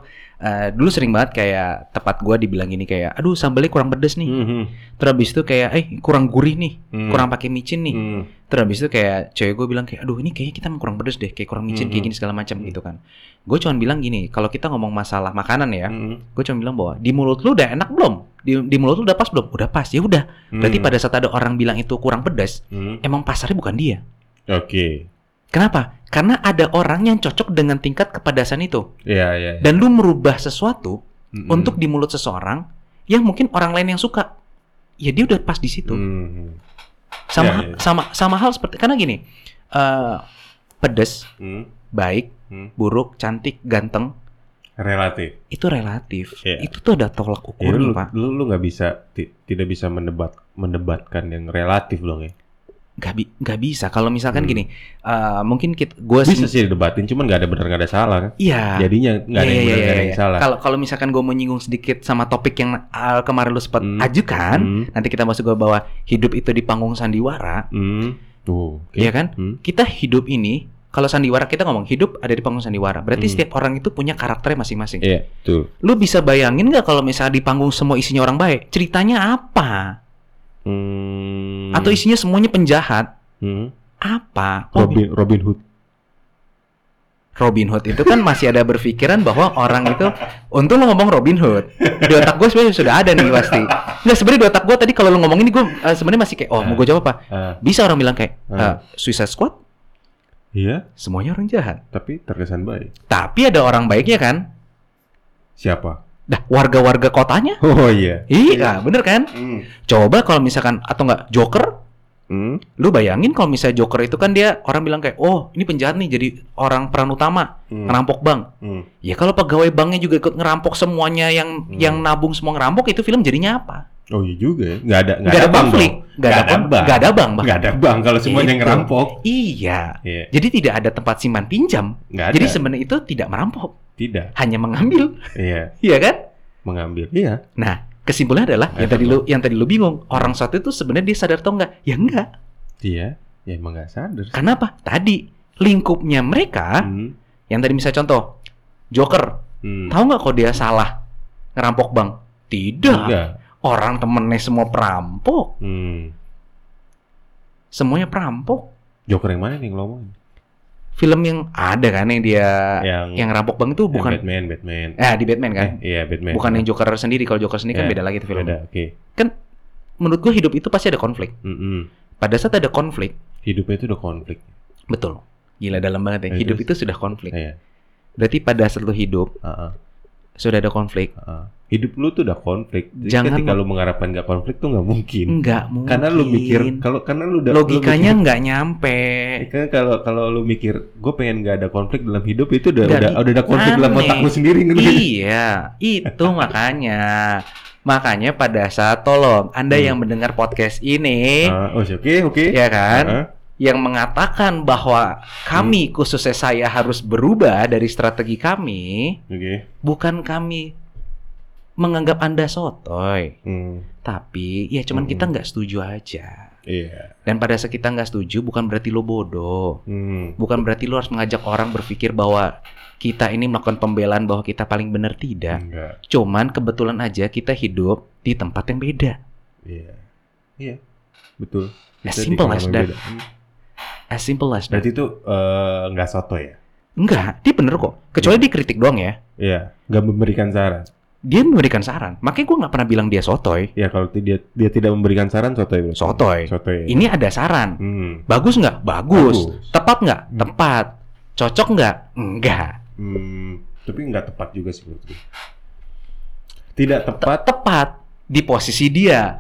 [SPEAKER 1] eh, dulu sering banget kayak tempat gue dibilang gini kayak, aduh sambelnya kurang pedes nih.
[SPEAKER 2] Mhm.
[SPEAKER 1] Terus habis itu kayak, eh kurang gurih nih,
[SPEAKER 2] Hmm.
[SPEAKER 1] kurang pakai micin nih.
[SPEAKER 2] Hmm.
[SPEAKER 1] Terus habis itu kayak cewek gue bilang kayak, aduh ini kayaknya kita emang kurang pedes deh, kayak kurang micin kayak
[SPEAKER 2] Mhm.
[SPEAKER 1] gini segala macam
[SPEAKER 2] Mhm.
[SPEAKER 1] gitu kan. Gue cuman bilang gini, kalau kita ngomong masalah makanan ya,
[SPEAKER 2] Mhm.
[SPEAKER 1] gue cuman bilang bahwa di mulut lu udah enak belum? Di, di mulut lu udah pas belum? Udah pas ya udah. Berarti
[SPEAKER 2] Hmm.
[SPEAKER 1] pada saat ada orang bilang itu kurang pedas,
[SPEAKER 2] Hmm.
[SPEAKER 1] emang pasarnya bukan dia.
[SPEAKER 2] oke
[SPEAKER 1] Kenapa? Karena ada orang yang cocok dengan tingkat kepedasan itu.
[SPEAKER 2] ya ya ya.
[SPEAKER 1] Dan lu merubah sesuatu
[SPEAKER 2] Mhm.
[SPEAKER 1] untuk di mulut seseorang yang mungkin orang lain yang suka. Ya dia udah pas di situ.
[SPEAKER 2] Mhm.
[SPEAKER 1] Sama
[SPEAKER 2] Ya, ya.
[SPEAKER 1] sama sama hal seperti karena gini. eh pedes,
[SPEAKER 2] Mhm.
[SPEAKER 1] baik,
[SPEAKER 2] Hmm.
[SPEAKER 1] buruk, cantik, ganteng
[SPEAKER 2] relatif
[SPEAKER 1] itu relatif.
[SPEAKER 2] Iya.
[SPEAKER 1] Itu tuh ada tolak
[SPEAKER 2] Ya,
[SPEAKER 1] ukurnya,
[SPEAKER 2] lu,
[SPEAKER 1] Pak.
[SPEAKER 2] lu lu nggak bisa ti- tidak bisa mendebat mendebatkan yang relatif dong ya.
[SPEAKER 1] Gak, bi- nggak bisa. Kalau misalkan
[SPEAKER 2] Hmm.
[SPEAKER 1] gini, eh mungkin kita gue
[SPEAKER 2] Bisa sih didebatin, cuman nggak ada benar nggak ada salah kan.
[SPEAKER 1] Iya.
[SPEAKER 2] Jadinya nggak ada
[SPEAKER 1] Iya,
[SPEAKER 2] yang
[SPEAKER 1] iya,
[SPEAKER 2] benar
[SPEAKER 1] iya,
[SPEAKER 2] nggak ada
[SPEAKER 1] iya.
[SPEAKER 2] yang salah.
[SPEAKER 1] Kalau kalau misalkan gue mau nyinggung sedikit sama topik yang uh, kemarin lu sempat
[SPEAKER 2] Hmm.
[SPEAKER 1] ajukan,
[SPEAKER 2] Hmm,
[SPEAKER 1] nanti kita masuk ke bahwa hidup itu di panggung sandiwara,
[SPEAKER 2] hmm. Tuh. oke.
[SPEAKER 1] Iya kan?
[SPEAKER 2] Hmm.
[SPEAKER 1] Kita hidup ini kalau sandiwara kita ngomong hidup ada di panggung sandiwara. Berarti
[SPEAKER 2] Hmm.
[SPEAKER 1] setiap orang itu punya karakternya masing-masing.
[SPEAKER 2] Iya, tuh.
[SPEAKER 1] Lu bisa bayangin nggak kalau misalnya di panggung semua isinya orang baik, ceritanya apa?
[SPEAKER 2] Hmm.
[SPEAKER 1] Atau isinya semuanya penjahat?
[SPEAKER 2] Hmm.
[SPEAKER 1] Apa? Oh,
[SPEAKER 2] Robin Robin Hood.
[SPEAKER 1] Robin Hood itu kan masih ada berpikiran bahwa orang itu untung lo ngomong Robin Hood di otak gue sebenarnya sudah ada nih pasti nggak sebenarnya di otak gue tadi kalau lo ngomong ini gue eh, sebenarnya masih kayak oh mau gue jawab apa
[SPEAKER 2] Ah,
[SPEAKER 1] bisa orang bilang kayak eh,
[SPEAKER 2] Ah.
[SPEAKER 1] Suicide Squad
[SPEAKER 2] iya,
[SPEAKER 1] semuanya orang jahat
[SPEAKER 2] tapi terkesan baik.
[SPEAKER 1] tapi ada orang baiknya kan
[SPEAKER 2] Siapa?
[SPEAKER 1] dah warga-warga kotanya
[SPEAKER 2] Oh iya.
[SPEAKER 1] iya bener kan
[SPEAKER 2] Hmm.
[SPEAKER 1] coba kalau misalkan atau nggak Joker
[SPEAKER 3] Hmm.
[SPEAKER 1] Lu bayangin kalau misalnya Joker itu kan dia orang bilang kayak, oh ini penjahat nih jadi orang peran utama,
[SPEAKER 2] Hmm.
[SPEAKER 1] ngerampok bank.
[SPEAKER 2] Hmm.
[SPEAKER 1] Ya kalau pegawai banknya juga ikut ngerampok semuanya yang
[SPEAKER 2] Hmm.
[SPEAKER 1] yang nabung semua ngerampok itu film jadinya apa?
[SPEAKER 2] Oh iya juga ya. Nggak ada, nggak
[SPEAKER 1] Gak
[SPEAKER 2] ada
[SPEAKER 1] ada
[SPEAKER 2] bank
[SPEAKER 1] konflik,
[SPEAKER 2] dong.
[SPEAKER 1] gak ada
[SPEAKER 2] Nggak ada
[SPEAKER 1] kon-
[SPEAKER 2] bank.
[SPEAKER 1] nggak ada bank bahkan.
[SPEAKER 2] Nggak ada bank kalau semuanya
[SPEAKER 1] Itu.
[SPEAKER 2] ngerampok.
[SPEAKER 1] Iya.
[SPEAKER 2] Iya.
[SPEAKER 1] Jadi tidak ada tempat simpan pinjam.
[SPEAKER 2] Nggak ada.
[SPEAKER 1] Jadi sebenarnya itu tidak merampok,
[SPEAKER 2] Tidak.
[SPEAKER 1] hanya mengambil,
[SPEAKER 2] Iya.
[SPEAKER 1] iya kan? Nah,
[SPEAKER 2] Mengambil. Iya.
[SPEAKER 1] Kesimpulannya adalah yang
[SPEAKER 2] Ayo,
[SPEAKER 1] tadi lu yang tadi lu bingung, orang satu itu sebenarnya dia sadar atau enggak? Ya enggak.
[SPEAKER 2] Iya. Ya emang nggak sadar. sih.
[SPEAKER 1] Karena apa? Tadi lingkupnya mereka
[SPEAKER 2] Hmm.
[SPEAKER 1] yang tadi misalnya contoh Joker,
[SPEAKER 2] Hmm.
[SPEAKER 1] tahu nggak kalau dia salah ngerampok bank? Tidak.
[SPEAKER 2] Enggak.
[SPEAKER 1] Orang temennya semua perampok,
[SPEAKER 2] Hmm.
[SPEAKER 1] semuanya perampok.
[SPEAKER 2] Joker yang mana nih yang lo omongin?
[SPEAKER 1] Film yang ada kan yang dia
[SPEAKER 2] Yang,
[SPEAKER 1] yang ngerampok bank itu
[SPEAKER 2] yang
[SPEAKER 1] bukan
[SPEAKER 2] Batman, Batman.
[SPEAKER 1] eh di Batman kan?
[SPEAKER 2] Eh, iya Batman.
[SPEAKER 1] Bukan yang Joker sendiri. Kalau Joker sendiri kan
[SPEAKER 2] Ya,
[SPEAKER 1] beda lagi tuh film.
[SPEAKER 2] Beda, oke.
[SPEAKER 1] Menurut gue hidup itu pasti ada konflik.
[SPEAKER 2] Mm-mm.
[SPEAKER 1] Pada saat ada konflik,
[SPEAKER 2] Hidupnya itu udah konflik.
[SPEAKER 1] betul. Gila dalam banget ya.
[SPEAKER 2] Ya,
[SPEAKER 1] Hidup
[SPEAKER 2] terus?
[SPEAKER 1] itu sudah konflik.
[SPEAKER 2] Iya.
[SPEAKER 1] Berarti pada saat lu hidup
[SPEAKER 2] Heeh.
[SPEAKER 1] sudah ada konflik.
[SPEAKER 2] Hidup lu tuh udah konflik. Jadi
[SPEAKER 1] Jangan
[SPEAKER 2] ketika
[SPEAKER 1] mem-
[SPEAKER 2] lu mengharapkan nggak konflik tuh nggak mungkin.
[SPEAKER 1] Enggak mungkin.
[SPEAKER 2] Iya. Karena lu mikir kalau karena lu udah lu
[SPEAKER 1] logikanya nggak nyampe.
[SPEAKER 2] mikir- karena kan kalau kalau lu mikir gue pengen nggak ada konflik dalam hidup itu udah
[SPEAKER 1] Nggak
[SPEAKER 2] udah
[SPEAKER 1] di-
[SPEAKER 2] udah ada konflik dalam
[SPEAKER 1] aneh.
[SPEAKER 2] otak lu sendiri ngerti nggak?
[SPEAKER 1] iya, itu makanya. Makanya pada saat tolong Anda
[SPEAKER 2] Hmm.
[SPEAKER 1] yang mendengar podcast ini
[SPEAKER 2] Ah, oh, oke oke.
[SPEAKER 1] ya Iya. kan
[SPEAKER 2] Ah,
[SPEAKER 1] yang mengatakan bahwa kami khususnya saya harus berubah dari strategi kami
[SPEAKER 2] Oke.
[SPEAKER 1] bukan kami menganggap Anda sotoy,
[SPEAKER 2] Hmm,
[SPEAKER 1] tapi ya cuman
[SPEAKER 2] Hmm.
[SPEAKER 1] kita nggak setuju aja.
[SPEAKER 2] Iya.
[SPEAKER 1] Dan pada saat kita nggak setuju bukan berarti lo bodoh,
[SPEAKER 2] Hmm,
[SPEAKER 1] bukan berarti lo harus mengajak orang berpikir bahwa kita ini melakukan pembelaan bahwa kita paling benar tidak.
[SPEAKER 2] Enggak.
[SPEAKER 1] Cuman kebetulan aja kita hidup di tempat yang beda.
[SPEAKER 2] Iya. Iya. Betul.
[SPEAKER 1] As
[SPEAKER 2] Kita di
[SPEAKER 1] simple as
[SPEAKER 2] kamar
[SPEAKER 1] that.
[SPEAKER 2] beda.
[SPEAKER 1] As simple as that.
[SPEAKER 2] Berarti itu eh, nggak soto ya?
[SPEAKER 1] Enggak, dia bener kok. Kecuali dia kritik doang ya.
[SPEAKER 2] Iya. Nggak memberikan saran.
[SPEAKER 1] Dia memberikan saran. Makanya gue nggak pernah bilang dia sotoy.
[SPEAKER 2] Ya kalau ti- dia dia tidak memberikan saran soto ya.
[SPEAKER 1] Sotoy.
[SPEAKER 2] Soto ya.
[SPEAKER 1] Ini ada saran.
[SPEAKER 2] Hmm.
[SPEAKER 1] Bagus nggak? Bagus.
[SPEAKER 2] Bagus.
[SPEAKER 1] Tepat nggak?
[SPEAKER 2] Hmm.
[SPEAKER 1] Tepat. Cocok nggak? Enggak.
[SPEAKER 2] Hmm, tapi nggak tepat juga sih menurut gue. Tidak tepat
[SPEAKER 1] Te- Tepat di posisi dia,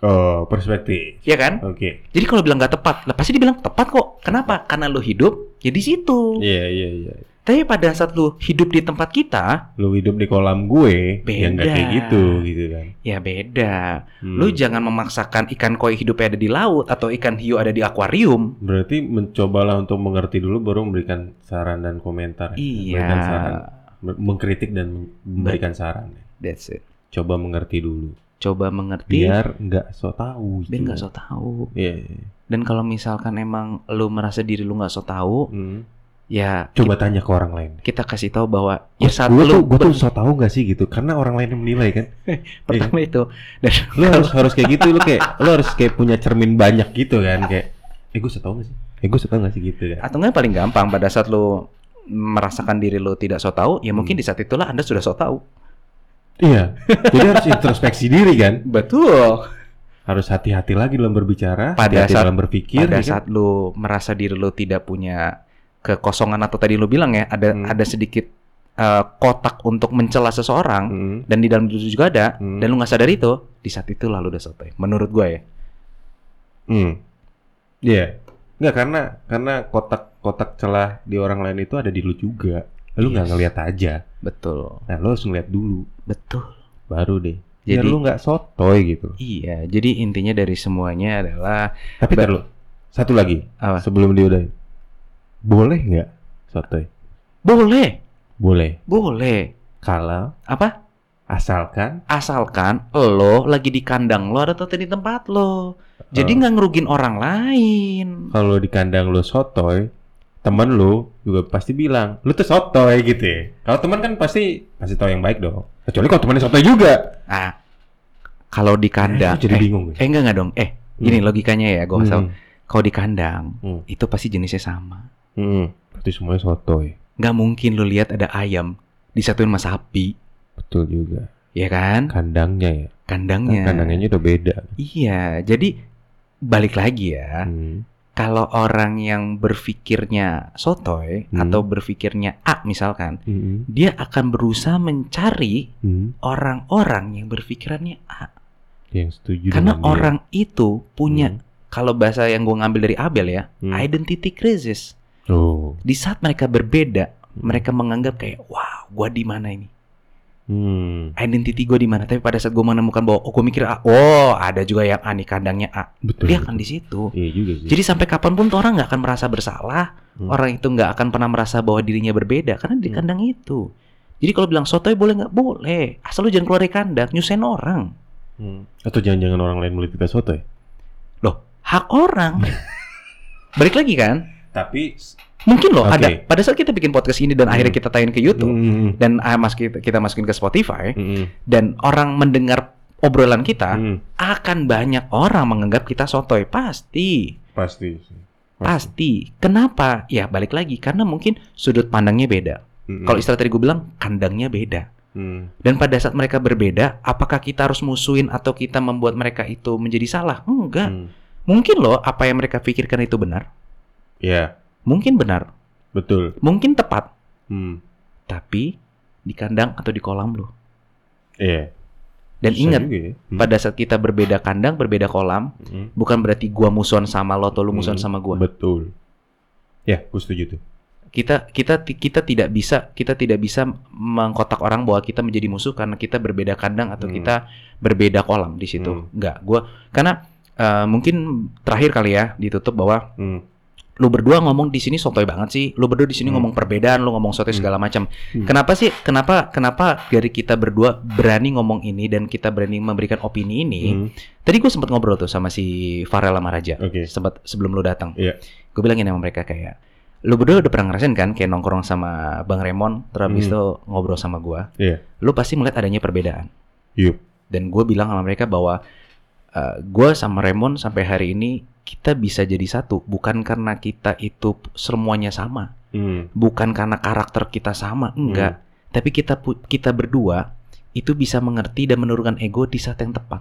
[SPEAKER 2] eh, perspektif.
[SPEAKER 1] ya kan?
[SPEAKER 2] Oke.
[SPEAKER 1] Jadi kalau bilang nggak tepat, lah pasti dibilang tepat kok. Kenapa? Karena lu hidup ya di situ.
[SPEAKER 2] Iya iya iya.
[SPEAKER 1] Tapi pada saat lu hidup di tempat kita,
[SPEAKER 2] Lu hidup di kolam gue yang nggak
[SPEAKER 1] Beda.
[SPEAKER 2] kayak gitu gitu kan.
[SPEAKER 1] ya beda.
[SPEAKER 2] Hmm.
[SPEAKER 1] Lu jangan memaksakan ikan koi hidupnya ada di laut atau ikan hiu ada di akuarium.
[SPEAKER 2] berarti mencobalah untuk mengerti dulu baru memberikan saran dan komentar. ya. Memberikan saran,
[SPEAKER 1] Iya.
[SPEAKER 2] me- mengkritik dan mem- memberikan saran. ya.
[SPEAKER 1] That's it.
[SPEAKER 2] Coba mengerti dulu.
[SPEAKER 1] Coba mengerti biar,
[SPEAKER 2] Biar nggak so tahu. gitu.
[SPEAKER 1] nggak so tau.
[SPEAKER 2] Iya. iya.
[SPEAKER 1] Dan kalau misalkan emang lu merasa diri lu nggak so tau,
[SPEAKER 2] Hmm.
[SPEAKER 1] ya
[SPEAKER 2] Coba tanya ke orang lain.
[SPEAKER 1] kita kasih tahu bahwa ya saat
[SPEAKER 2] gue tuh,
[SPEAKER 1] lu
[SPEAKER 2] gue tuh
[SPEAKER 1] ber-
[SPEAKER 2] so tau gak sih gitu karena orang lain yang menilai kan
[SPEAKER 1] pertama itu dan
[SPEAKER 2] lu harus harus kayak gitu lu kayak lu harus kayak punya cermin banyak gitu kan kayak eh gue setau gak sih eh gue setau gak sih gitu kan
[SPEAKER 1] atau nggak paling gampang pada saat lu merasakan diri lu tidak so tau, ya
[SPEAKER 2] Hmm.
[SPEAKER 1] mungkin di saat itulah Anda sudah so tau.
[SPEAKER 2] iya jadi harus introspeksi diri kan
[SPEAKER 1] Betul.
[SPEAKER 2] harus hati-hati lagi dalam berbicara
[SPEAKER 1] Pada
[SPEAKER 2] hati-hati
[SPEAKER 1] saat-
[SPEAKER 2] dalam berpikir
[SPEAKER 1] Pada
[SPEAKER 2] ya kan?
[SPEAKER 1] saat lu merasa diri lu tidak punya kekosongan atau tadi lu bilang ya ada
[SPEAKER 2] Hmm.
[SPEAKER 1] ada sedikit eh, kotak untuk mencela seseorang,
[SPEAKER 2] Mm,
[SPEAKER 1] dan di dalam diri lu juga ada
[SPEAKER 2] Hmm.
[SPEAKER 1] dan lu nggak sadar itu di saat itu lalu udah sotoy menurut gue ya
[SPEAKER 2] mm. iya nggak karena karena kotak kotak celah di orang lain itu ada di lu juga lu nggak
[SPEAKER 1] Yes.
[SPEAKER 2] ngelihat aja
[SPEAKER 1] betul
[SPEAKER 2] nah lu harus ngelihat dulu
[SPEAKER 1] betul
[SPEAKER 2] baru deh
[SPEAKER 1] jadi
[SPEAKER 2] biar lu nggak sotoy gitu
[SPEAKER 1] iya jadi intinya dari semuanya adalah
[SPEAKER 2] tapi
[SPEAKER 1] Ba-
[SPEAKER 2] ntar lu satu lagi
[SPEAKER 1] apa
[SPEAKER 2] sebelum diudahin boleh nggak sotoy
[SPEAKER 1] boleh
[SPEAKER 2] boleh
[SPEAKER 1] boleh
[SPEAKER 2] kalau
[SPEAKER 1] apa
[SPEAKER 2] asalkan
[SPEAKER 1] asalkan lo lagi di kandang lo atau di tempat lo jadi
[SPEAKER 2] eh,
[SPEAKER 1] nggak ngerugin orang lain
[SPEAKER 2] kalau di kandang lu sotoy temen lu juga pasti bilang lu tuh sotoy gitu ya kalau teman kan pasti pasti tahu yang baik dong kecuali kalau temannya sotoy juga
[SPEAKER 1] ah kalau di
[SPEAKER 2] Nah,
[SPEAKER 1] kandang
[SPEAKER 2] itu jadi
[SPEAKER 1] eh,
[SPEAKER 2] bingung gue
[SPEAKER 1] eh enggak enggak dong eh gini logikanya ya gue
[SPEAKER 2] Hmm,
[SPEAKER 1] kasih tau. kalau di kandang
[SPEAKER 2] Hmm.
[SPEAKER 1] itu pasti jenisnya sama
[SPEAKER 2] hmm. berarti semuanya sotoy
[SPEAKER 1] nggak mungkin lo lihat ada ayam disatuin sama sapi
[SPEAKER 2] betul juga
[SPEAKER 1] ya kan
[SPEAKER 2] kandangnya ya Kan
[SPEAKER 1] kandangnya
[SPEAKER 2] kandangnya udah beda
[SPEAKER 1] iya jadi balik lagi ya
[SPEAKER 2] Hmm,
[SPEAKER 1] kalau orang yang berpikirnya sotoy
[SPEAKER 2] Hmm.
[SPEAKER 1] atau berpikirnya A misalkan
[SPEAKER 2] hmm, hmm,
[SPEAKER 1] dia akan berusaha mencari
[SPEAKER 2] hmm.
[SPEAKER 1] orang-orang yang berpikirannya A
[SPEAKER 2] yang setuju
[SPEAKER 1] karena
[SPEAKER 2] dengan dia.
[SPEAKER 1] orang itu punya
[SPEAKER 2] Hmm.
[SPEAKER 1] kalau bahasa yang gue ngambil dari Abel ya,
[SPEAKER 2] Hmm.
[SPEAKER 1] identity crisis.
[SPEAKER 2] Oh.
[SPEAKER 1] Di saat mereka berbeda, mereka menganggap kayak, wow, gue di mana ini?
[SPEAKER 2] Hmm.
[SPEAKER 1] Identity gue di mana? Tapi pada saat gue menemukan bahwa, oh gue mikir A, oh ada juga yang A nih kandangnya A.
[SPEAKER 2] Betul.
[SPEAKER 1] Dia akan di situ.
[SPEAKER 2] Iya juga sih.
[SPEAKER 1] Jadi sampai kapanpun tuh orang nggak akan merasa bersalah,
[SPEAKER 2] Hmm.
[SPEAKER 1] orang itu nggak akan pernah merasa bahwa dirinya berbeda karena di
[SPEAKER 2] Hmm.
[SPEAKER 1] kandang itu. Jadi kalau bilang sotoy boleh nggak? Boleh. Asal lu jangan keluar dari kandang, nyusahin orang.
[SPEAKER 2] Hmm. Atau jangan-jangan orang lain melihat kita soto ya?
[SPEAKER 1] Hak orang. Balik lagi kan?
[SPEAKER 2] Tapi
[SPEAKER 1] Mungkin loh
[SPEAKER 2] Oke.
[SPEAKER 1] ada. Pada saat kita bikin podcast ini dan
[SPEAKER 2] Hmm.
[SPEAKER 1] akhirnya kita tayin ke YouTube dan ah, mas kita, kita masukin ke Spotify
[SPEAKER 2] Hmm.
[SPEAKER 1] dan orang mendengar obrolan kita akan banyak orang menganggap kita sotoy pasti.
[SPEAKER 2] pasti. sih.
[SPEAKER 1] Pasti. Kenapa? Ya balik lagi karena mungkin sudut pandangnya beda.
[SPEAKER 2] Mm-mm.
[SPEAKER 1] Kalau istilah tadi gue bilang kandangnya beda.
[SPEAKER 2] Mm.
[SPEAKER 1] Dan pada saat mereka berbeda, apakah kita harus musuhin atau kita membuat mereka itu menjadi salah? Enggak.
[SPEAKER 2] Mm.
[SPEAKER 1] Mungkin loh apa yang mereka pikirkan itu benar.
[SPEAKER 2] Ya,
[SPEAKER 1] Mungkin benar,
[SPEAKER 2] betul.
[SPEAKER 1] mungkin tepat,
[SPEAKER 2] Mm.
[SPEAKER 1] tapi di kandang atau di kolam lo.
[SPEAKER 2] Iya.
[SPEAKER 1] Dan
[SPEAKER 2] Bisa
[SPEAKER 1] ingat,
[SPEAKER 2] juga ya. Mm.
[SPEAKER 1] pada saat kita berbeda kandang, berbeda kolam,
[SPEAKER 2] Mm.
[SPEAKER 1] bukan berarti gua musuhan sama lo atau lu musuhan
[SPEAKER 2] Hmm.
[SPEAKER 1] sama gua.
[SPEAKER 2] Betul. Ya, gue setuju tuh.
[SPEAKER 1] Kita kita kita tidak bisa kita tidak bisa mengkotak orang bahwa kita menjadi musuh karena kita berbeda kandang atau
[SPEAKER 2] Hmm.
[SPEAKER 1] kita berbeda kolam di situ.
[SPEAKER 2] Hmm.
[SPEAKER 1] Enggak, gua karena eh, mungkin terakhir kali ya ditutup bahwa
[SPEAKER 2] Mm.
[SPEAKER 1] lu berdua ngomong di sini sotoy banget sih. Lu berdua di sini
[SPEAKER 2] Hmm.
[SPEAKER 1] ngomong perbedaan, lu ngomong sotoy
[SPEAKER 2] Hmm.
[SPEAKER 1] segala macam.
[SPEAKER 2] Hmm.
[SPEAKER 1] Kenapa sih? Kenapa kenapa dari kita berdua berani ngomong ini dan kita berani memberikan opini ini?
[SPEAKER 2] Mm.
[SPEAKER 1] Tadi gue sempat ngobrol tuh sama si Farel sama Raja.
[SPEAKER 2] Oke.
[SPEAKER 1] Sempat sebelum lu datang.
[SPEAKER 2] Iya.
[SPEAKER 1] Gue bilangin sama mereka kayak lu berdua udah pernah ngerasain kan kayak nongkrong sama Bang Remon terus habis
[SPEAKER 2] Hmm.
[SPEAKER 1] itu ngobrol sama gua.
[SPEAKER 2] Iya.
[SPEAKER 1] Lu pasti melihat adanya perbedaan.
[SPEAKER 2] Yup.
[SPEAKER 1] Dan gue bilang sama mereka bahwa eh, gua sama Remon sampai hari ini kita bisa jadi satu bukan karena kita itu semuanya sama
[SPEAKER 2] Mm.
[SPEAKER 1] bukan karena karakter kita sama enggak
[SPEAKER 2] Hmm.
[SPEAKER 1] tapi kita pu- kita berdua itu bisa mengerti dan menurunkan ego di saat yang tepat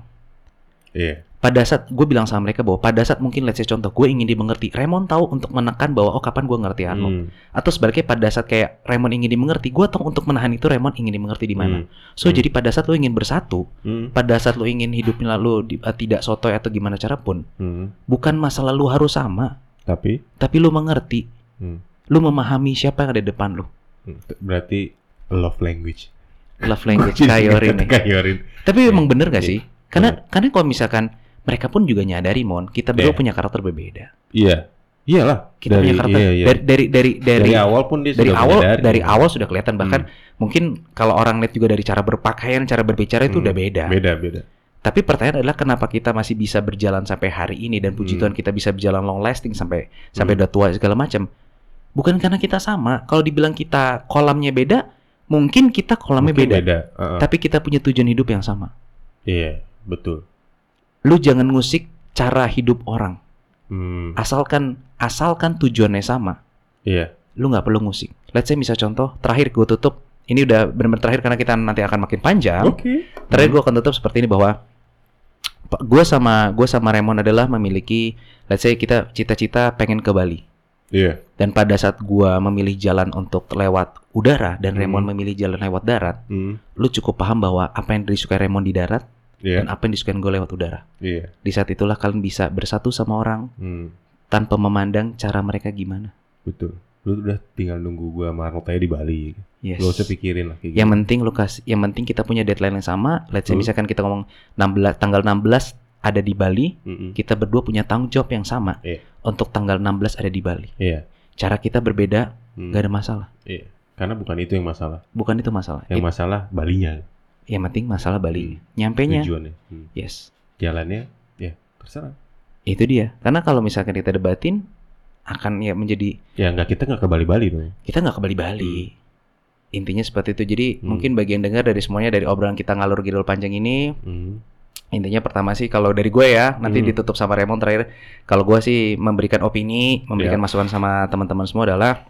[SPEAKER 2] Iya.
[SPEAKER 1] pada saat gue bilang sama mereka bahwa pada saat mungkin let's say contoh gue ingin dimengerti Raymond tahu untuk menekan bahwa oh kapan gue ngerti Arnold
[SPEAKER 2] Mm.
[SPEAKER 1] atau sebaliknya pada saat kayak Raymond ingin dimengerti gue tahu untuk menahan itu Raymond ingin dimengerti di mana so
[SPEAKER 2] Hmm.
[SPEAKER 1] jadi pada saat lo ingin bersatu
[SPEAKER 2] Mm.
[SPEAKER 1] pada saat lo ingin hidupnya lalu tidak sotoy atau gimana cara pun
[SPEAKER 2] Mm.
[SPEAKER 1] bukan masalah lo harus sama
[SPEAKER 2] Tapi
[SPEAKER 1] tapi lo mengerti
[SPEAKER 2] Hmm.
[SPEAKER 1] lo memahami siapa yang ada di depan lo
[SPEAKER 2] mm, berarti love language.
[SPEAKER 1] love language ya. Kayori nih
[SPEAKER 2] Kayorin.
[SPEAKER 1] Tapi
[SPEAKER 2] Iya.
[SPEAKER 1] emang bener gak sih?
[SPEAKER 2] Iya.
[SPEAKER 1] Karena karena kalau misalkan mereka pun juga nyadari mon, kita berdua
[SPEAKER 2] Iya.
[SPEAKER 1] punya karakter berbeda.
[SPEAKER 2] Iya. Iyalah.
[SPEAKER 1] Kita punya karakter
[SPEAKER 2] iya, iya.
[SPEAKER 1] dari dari dari dari
[SPEAKER 2] dari, awal pun dia
[SPEAKER 1] dari
[SPEAKER 2] sudah Hmm. Mm.
[SPEAKER 1] awal
[SPEAKER 2] menyadari.
[SPEAKER 1] dari awal sudah kelihatan bahkan mungkin kalau orang lihat juga dari cara berpakaian, cara berbicara itu
[SPEAKER 2] Hmm.
[SPEAKER 1] udah beda.
[SPEAKER 2] beda beda
[SPEAKER 1] Tapi pertanyaan adalah kenapa kita masih bisa berjalan sampai hari ini dan puji
[SPEAKER 2] Hmm.
[SPEAKER 1] Tuhan kita bisa berjalan long lasting sampai sampai udah tua segala macam. Bukan karena kita sama. Kalau dibilang kita kolamnya beda, mungkin kita kolamnya
[SPEAKER 2] Mungkin
[SPEAKER 1] beda,
[SPEAKER 2] beda Heeh.
[SPEAKER 1] tapi kita punya tujuan hidup yang sama.
[SPEAKER 2] iya betul
[SPEAKER 1] Lu jangan ngusik cara hidup orang.
[SPEAKER 2] hmm.
[SPEAKER 1] asalkan asalkan tujuannya sama
[SPEAKER 2] iya
[SPEAKER 1] lu nggak perlu ngusik let's say misal contoh terakhir gue tutup ini udah benar-benar terakhir karena kita nanti akan makin panjang
[SPEAKER 2] Hmm.
[SPEAKER 1] terakhir gue akan tutup seperti ini bahwa pa- gue sama gue sama Raymond adalah memiliki let's say kita cita-cita pengen ke Bali
[SPEAKER 2] iya
[SPEAKER 1] dan pada saat gue memilih jalan untuk lewat udara dan
[SPEAKER 2] Hmm.
[SPEAKER 1] Raymond memilih jalan lewat darat
[SPEAKER 2] Hmm.
[SPEAKER 1] lu cukup paham bahwa apa yang disukai Raymond di darat
[SPEAKER 2] iya
[SPEAKER 1] dan apa yang disukai gue lewat udara
[SPEAKER 2] iya
[SPEAKER 1] di saat itulah kalian bisa bersatu sama orang
[SPEAKER 2] hmm.
[SPEAKER 1] tanpa memandang cara mereka gimana
[SPEAKER 2] betul lu udah tinggal nunggu gua sama Arnold aja di Bali
[SPEAKER 1] yes
[SPEAKER 2] lu usah pikirin lah kayak gitu
[SPEAKER 1] Yang penting lu kasih, yang penting kita punya deadline yang sama. Let's say
[SPEAKER 2] Hmm.
[SPEAKER 1] misalkan kita ngomong 16 tanggal 16 ada di Bali,
[SPEAKER 2] Mm-mm.
[SPEAKER 1] kita berdua punya tanggung jawab yang sama
[SPEAKER 2] Iya.
[SPEAKER 1] untuk tanggal 16 ada di Bali.
[SPEAKER 2] Iya.
[SPEAKER 1] Cara kita berbeda,
[SPEAKER 2] Hmm.
[SPEAKER 1] nggak ada masalah.
[SPEAKER 2] karena bukan itu yang masalah
[SPEAKER 1] Bukan itu masalah.
[SPEAKER 2] yang
[SPEAKER 1] It-
[SPEAKER 2] masalah Balinya
[SPEAKER 1] yang penting masalah Bali. Nyampe nya,
[SPEAKER 2] tujuannya Hmm.
[SPEAKER 1] yes.
[SPEAKER 2] jalannya ya terserah
[SPEAKER 1] Itu dia. Karena kalau misalkan kita debatin akan ya menjadi
[SPEAKER 2] ya nggak kita nggak ke Bali-Bali dong
[SPEAKER 1] kita nggak ke Bali-Bali. Intinya seperti itu. Jadi
[SPEAKER 2] Hmm.
[SPEAKER 1] mungkin bagian dengar dari semuanya dari obrolan kita ngalur gidul panjang ini
[SPEAKER 2] Hmm.
[SPEAKER 1] intinya pertama sih kalau dari gue ya nanti
[SPEAKER 2] Hmm.
[SPEAKER 1] ditutup sama Raymond terakhir kalau gue sih memberikan opini
[SPEAKER 2] Iya.
[SPEAKER 1] memberikan masukan sama teman-teman semua adalah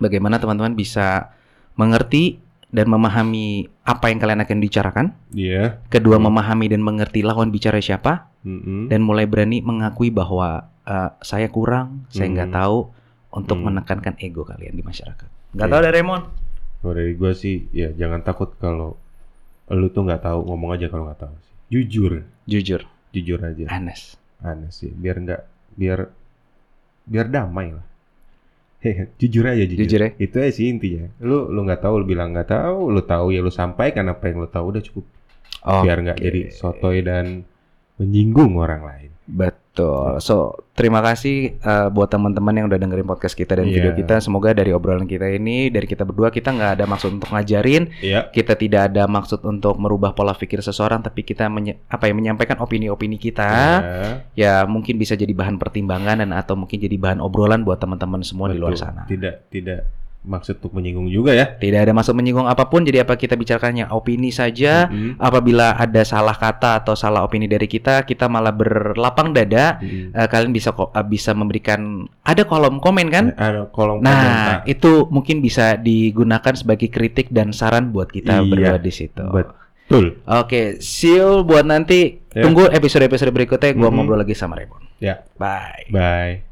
[SPEAKER 1] bagaimana teman-teman bisa mengerti dan memahami apa yang kalian akan bicarakan
[SPEAKER 2] iya
[SPEAKER 1] kedua
[SPEAKER 2] Hmm.
[SPEAKER 1] memahami dan mengerti lawan bicara siapa
[SPEAKER 2] Mm-mm.
[SPEAKER 1] dan mulai berani mengakui bahwa eh, saya kurang saya nggak
[SPEAKER 2] Hmm.
[SPEAKER 1] tahu untuk
[SPEAKER 2] Hmm.
[SPEAKER 1] menekankan ego kalian di masyarakat nggak
[SPEAKER 2] Iya.
[SPEAKER 1] tahu dari Raymond
[SPEAKER 2] Kalau dari gue sih, ya jangan takut kalau lu tuh nggak tahu, ngomong aja kalau nggak tahu. sih. Jujur,
[SPEAKER 1] jujur
[SPEAKER 2] jujur aja.
[SPEAKER 1] Anes
[SPEAKER 2] aneh Anu sih biar nggak biar biar damai lah jujur aja jujur.
[SPEAKER 1] Jujur ya.
[SPEAKER 2] itu aja sih intinya lu lu nggak tahu lu bilang nggak tahu lu tahu ya lu sampaikan apa yang lu tahu udah cukup
[SPEAKER 1] Oh,
[SPEAKER 2] biar nggak jadi sotoy dan menyinggung orang lain
[SPEAKER 1] betul. So, terima kasih eh, buat teman-teman yang udah dengerin podcast kita dan video
[SPEAKER 2] Iya.
[SPEAKER 1] kita. Semoga dari obrolan kita ini, dari kita berdua, kita nggak ada maksud untuk ngajarin,
[SPEAKER 2] iya
[SPEAKER 1] kita tidak ada maksud untuk merubah pola pikir seseorang, tapi kita menye- apa ya menyampaikan opini-opini
[SPEAKER 2] Iya.
[SPEAKER 1] kita. Ya, mungkin bisa jadi bahan pertimbangan dan atau mungkin jadi bahan obrolan buat teman-teman semua di luar
[SPEAKER 2] Betul.
[SPEAKER 1] sana.
[SPEAKER 2] tidak tidak maksud untuk menyinggung juga ya
[SPEAKER 1] Tidak ada maksud menyinggung apapun, jadi apa kita bicarakannya opini saja.
[SPEAKER 2] Mm-mm.
[SPEAKER 1] apabila ada salah kata atau salah opini dari kita, kita malah berlapang dada.
[SPEAKER 2] Mm-mm.
[SPEAKER 1] Eh, kalian bisa ko- eh, bisa memberikan ada kolom komen kan?
[SPEAKER 2] Eh, ada kolom
[SPEAKER 1] Nah,
[SPEAKER 2] komentar.
[SPEAKER 1] itu mungkin bisa digunakan sebagai kritik dan saran buat kita
[SPEAKER 2] Iya,
[SPEAKER 1] berdua di situ.
[SPEAKER 2] betul
[SPEAKER 1] Oke, see you buat nanti.
[SPEAKER 2] Ya.
[SPEAKER 1] Tunggu episode-episode berikutnya gua
[SPEAKER 2] Mhm.
[SPEAKER 1] ngobrol lagi sama Raymond.
[SPEAKER 2] Ya.
[SPEAKER 1] Bye.
[SPEAKER 2] bye